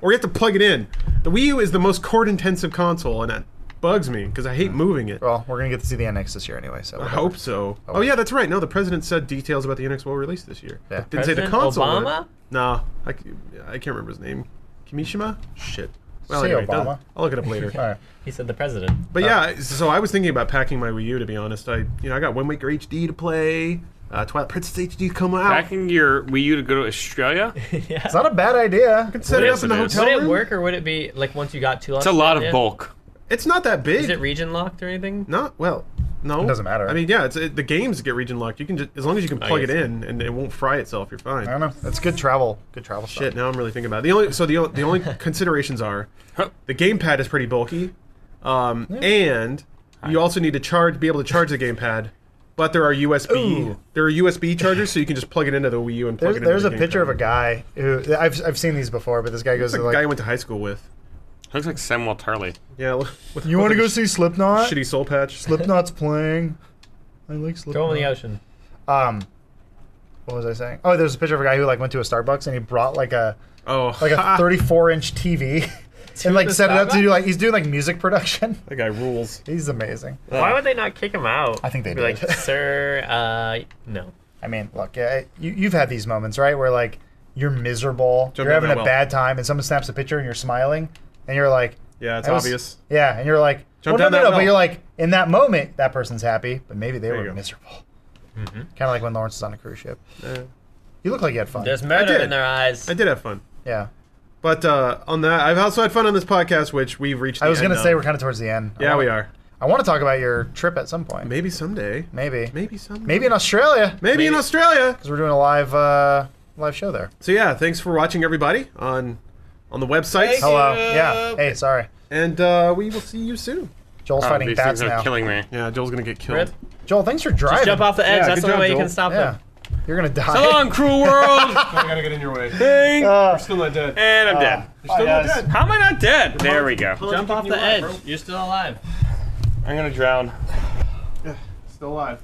or you have to plug it in. The Wii U is the most cord-intensive console, and that bugs me because I hate moving it.
well, we're gonna get to see the NX this year anyway, so
I hope so. Oh yeah, that's right. No, the president said details about the NX will release this year.
Yeah.
Didn't say the
President
console.
Obama?
would. No, I, c- I can't remember his name. Kimishima? Shit. Well,
Say
anyway,
Obama.
doesn't- I'll look it up later.
All right.
He said the president.
Uh,
But yeah, so I was thinking about packing my Wii U. To be honest, I you know I got Wind Waker HD to play. Uh, Twilight Princess HD come out.
Backing your Wii U to go to Australia?
It's not a bad idea.
Set it
Yes,
up in the
it is.
hotel
Would it
room.
work or would it be like once you got too?
It's a lot of bulk.
It's not that big.
Is it region locked or anything?
not well. No,
It doesn't matter.
I mean, yeah, it's it, the games get region locked. You can just as long as you can plug it
guess.
in and it won't fry itself, you're fine.
I don't know. That's good travel. Good travel stuff.
Shit, now I'm really thinking about it. the only. So the o-
[LAUGHS]
the only considerations are
Huh.
the gamepad is pretty bulky, um, and you also need to charge, be able to charge the gamepad. But there are USB, there are USB chargers, so you can just plug it into the Wii U and plug
There's,
it. into
there's
the
a picture of
gamepad.
a guy who I've, I've seen these before, but this guy goes
It's a
to like,
guy I went to high school with.
Looks like Samuel Tarly.
Yeah, [LAUGHS] look- with,
you want to
with a
go see Slipknot?
shitty soul patch?
Slipknot's playing. I like
Throw him in
Slipknot.
the ocean.
Um, what was I saying? Oh, there's a picture of a guy who like went to a Starbucks and he brought like a
Oh,
like
[LAUGHS]
a
[LAUGHS]
34 inch [LAUGHS] TV and like
the
set it up to
Starbucks?
do like he's doing like music production. [LAUGHS]
that guy rules. Uh,
He's amazing.
Why would they not kick him out?
I think they
Be like,
did.
[LAUGHS] sir, uh, no.
I mean, look, yeah, you, you've had these moments, right? Where like you're miserable,
Jump
you're
in
having
that
a
well.
bad time, and someone snaps a picture and you're smiling, and you're like,
Yeah, it's
"That was-
obvious.
Yeah, and you're like,
Jump
well,
down
no, no,
that
no,
well.
but you're like, in that moment, that person's happy, but maybe they
you
were
go. Mm-hmm.
miserable. [LAUGHS] Kind of like when Lawrence is on a cruise ship. You look like you had fun.
There's murder
did.
in their eyes.
I did have fun,
yeah,
but uh, on that, I've also had fun on this podcast, which we've reached.
I was
going
gonna
to
say we're kind of towards the end. I
yeah,
wanna-
we are.
I want to talk about your trip at some point.
Maybe someday.
Maybe, maybe,
Maybe someday.
in Australia because
Maybe in
Maybe.
Australia.
we're doing a live uh, live show there.
So yeah, thanks for watching everybody on on the websites,
Hey.
Hello.
Yeah.
Oh, Yeah. Hey, sorry.
and uh, we will see you soon.
Joel's
Oh,
fighting
these
bats
things are
now.
killing me.
Yeah, Joel's gonna get
Rip.
killed.
Joel, thanks for driving.
Jump off the edge.
Yeah,
That's
good
the
job,
only way you
Joel.
can stop
Yeah.
them.
You're gonna die.
Come on, cruel
[LAUGHS]
world!
I gotta get in your [LAUGHS] way.
Dang.
Uh, uh,
still not dead.
and I'm dead.
You're still
Bye,
not
guys.
dead.
How am I not dead? There we go.
Jump off
keeping
the
you alive,
edge.
bro.
You're still alive.
I'm gonna drown.
Still alive.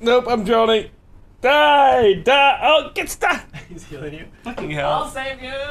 Nope, I'm drowning. Die! Die! Oh, get stuck!
He's healing you.
Fucking hell.
save you.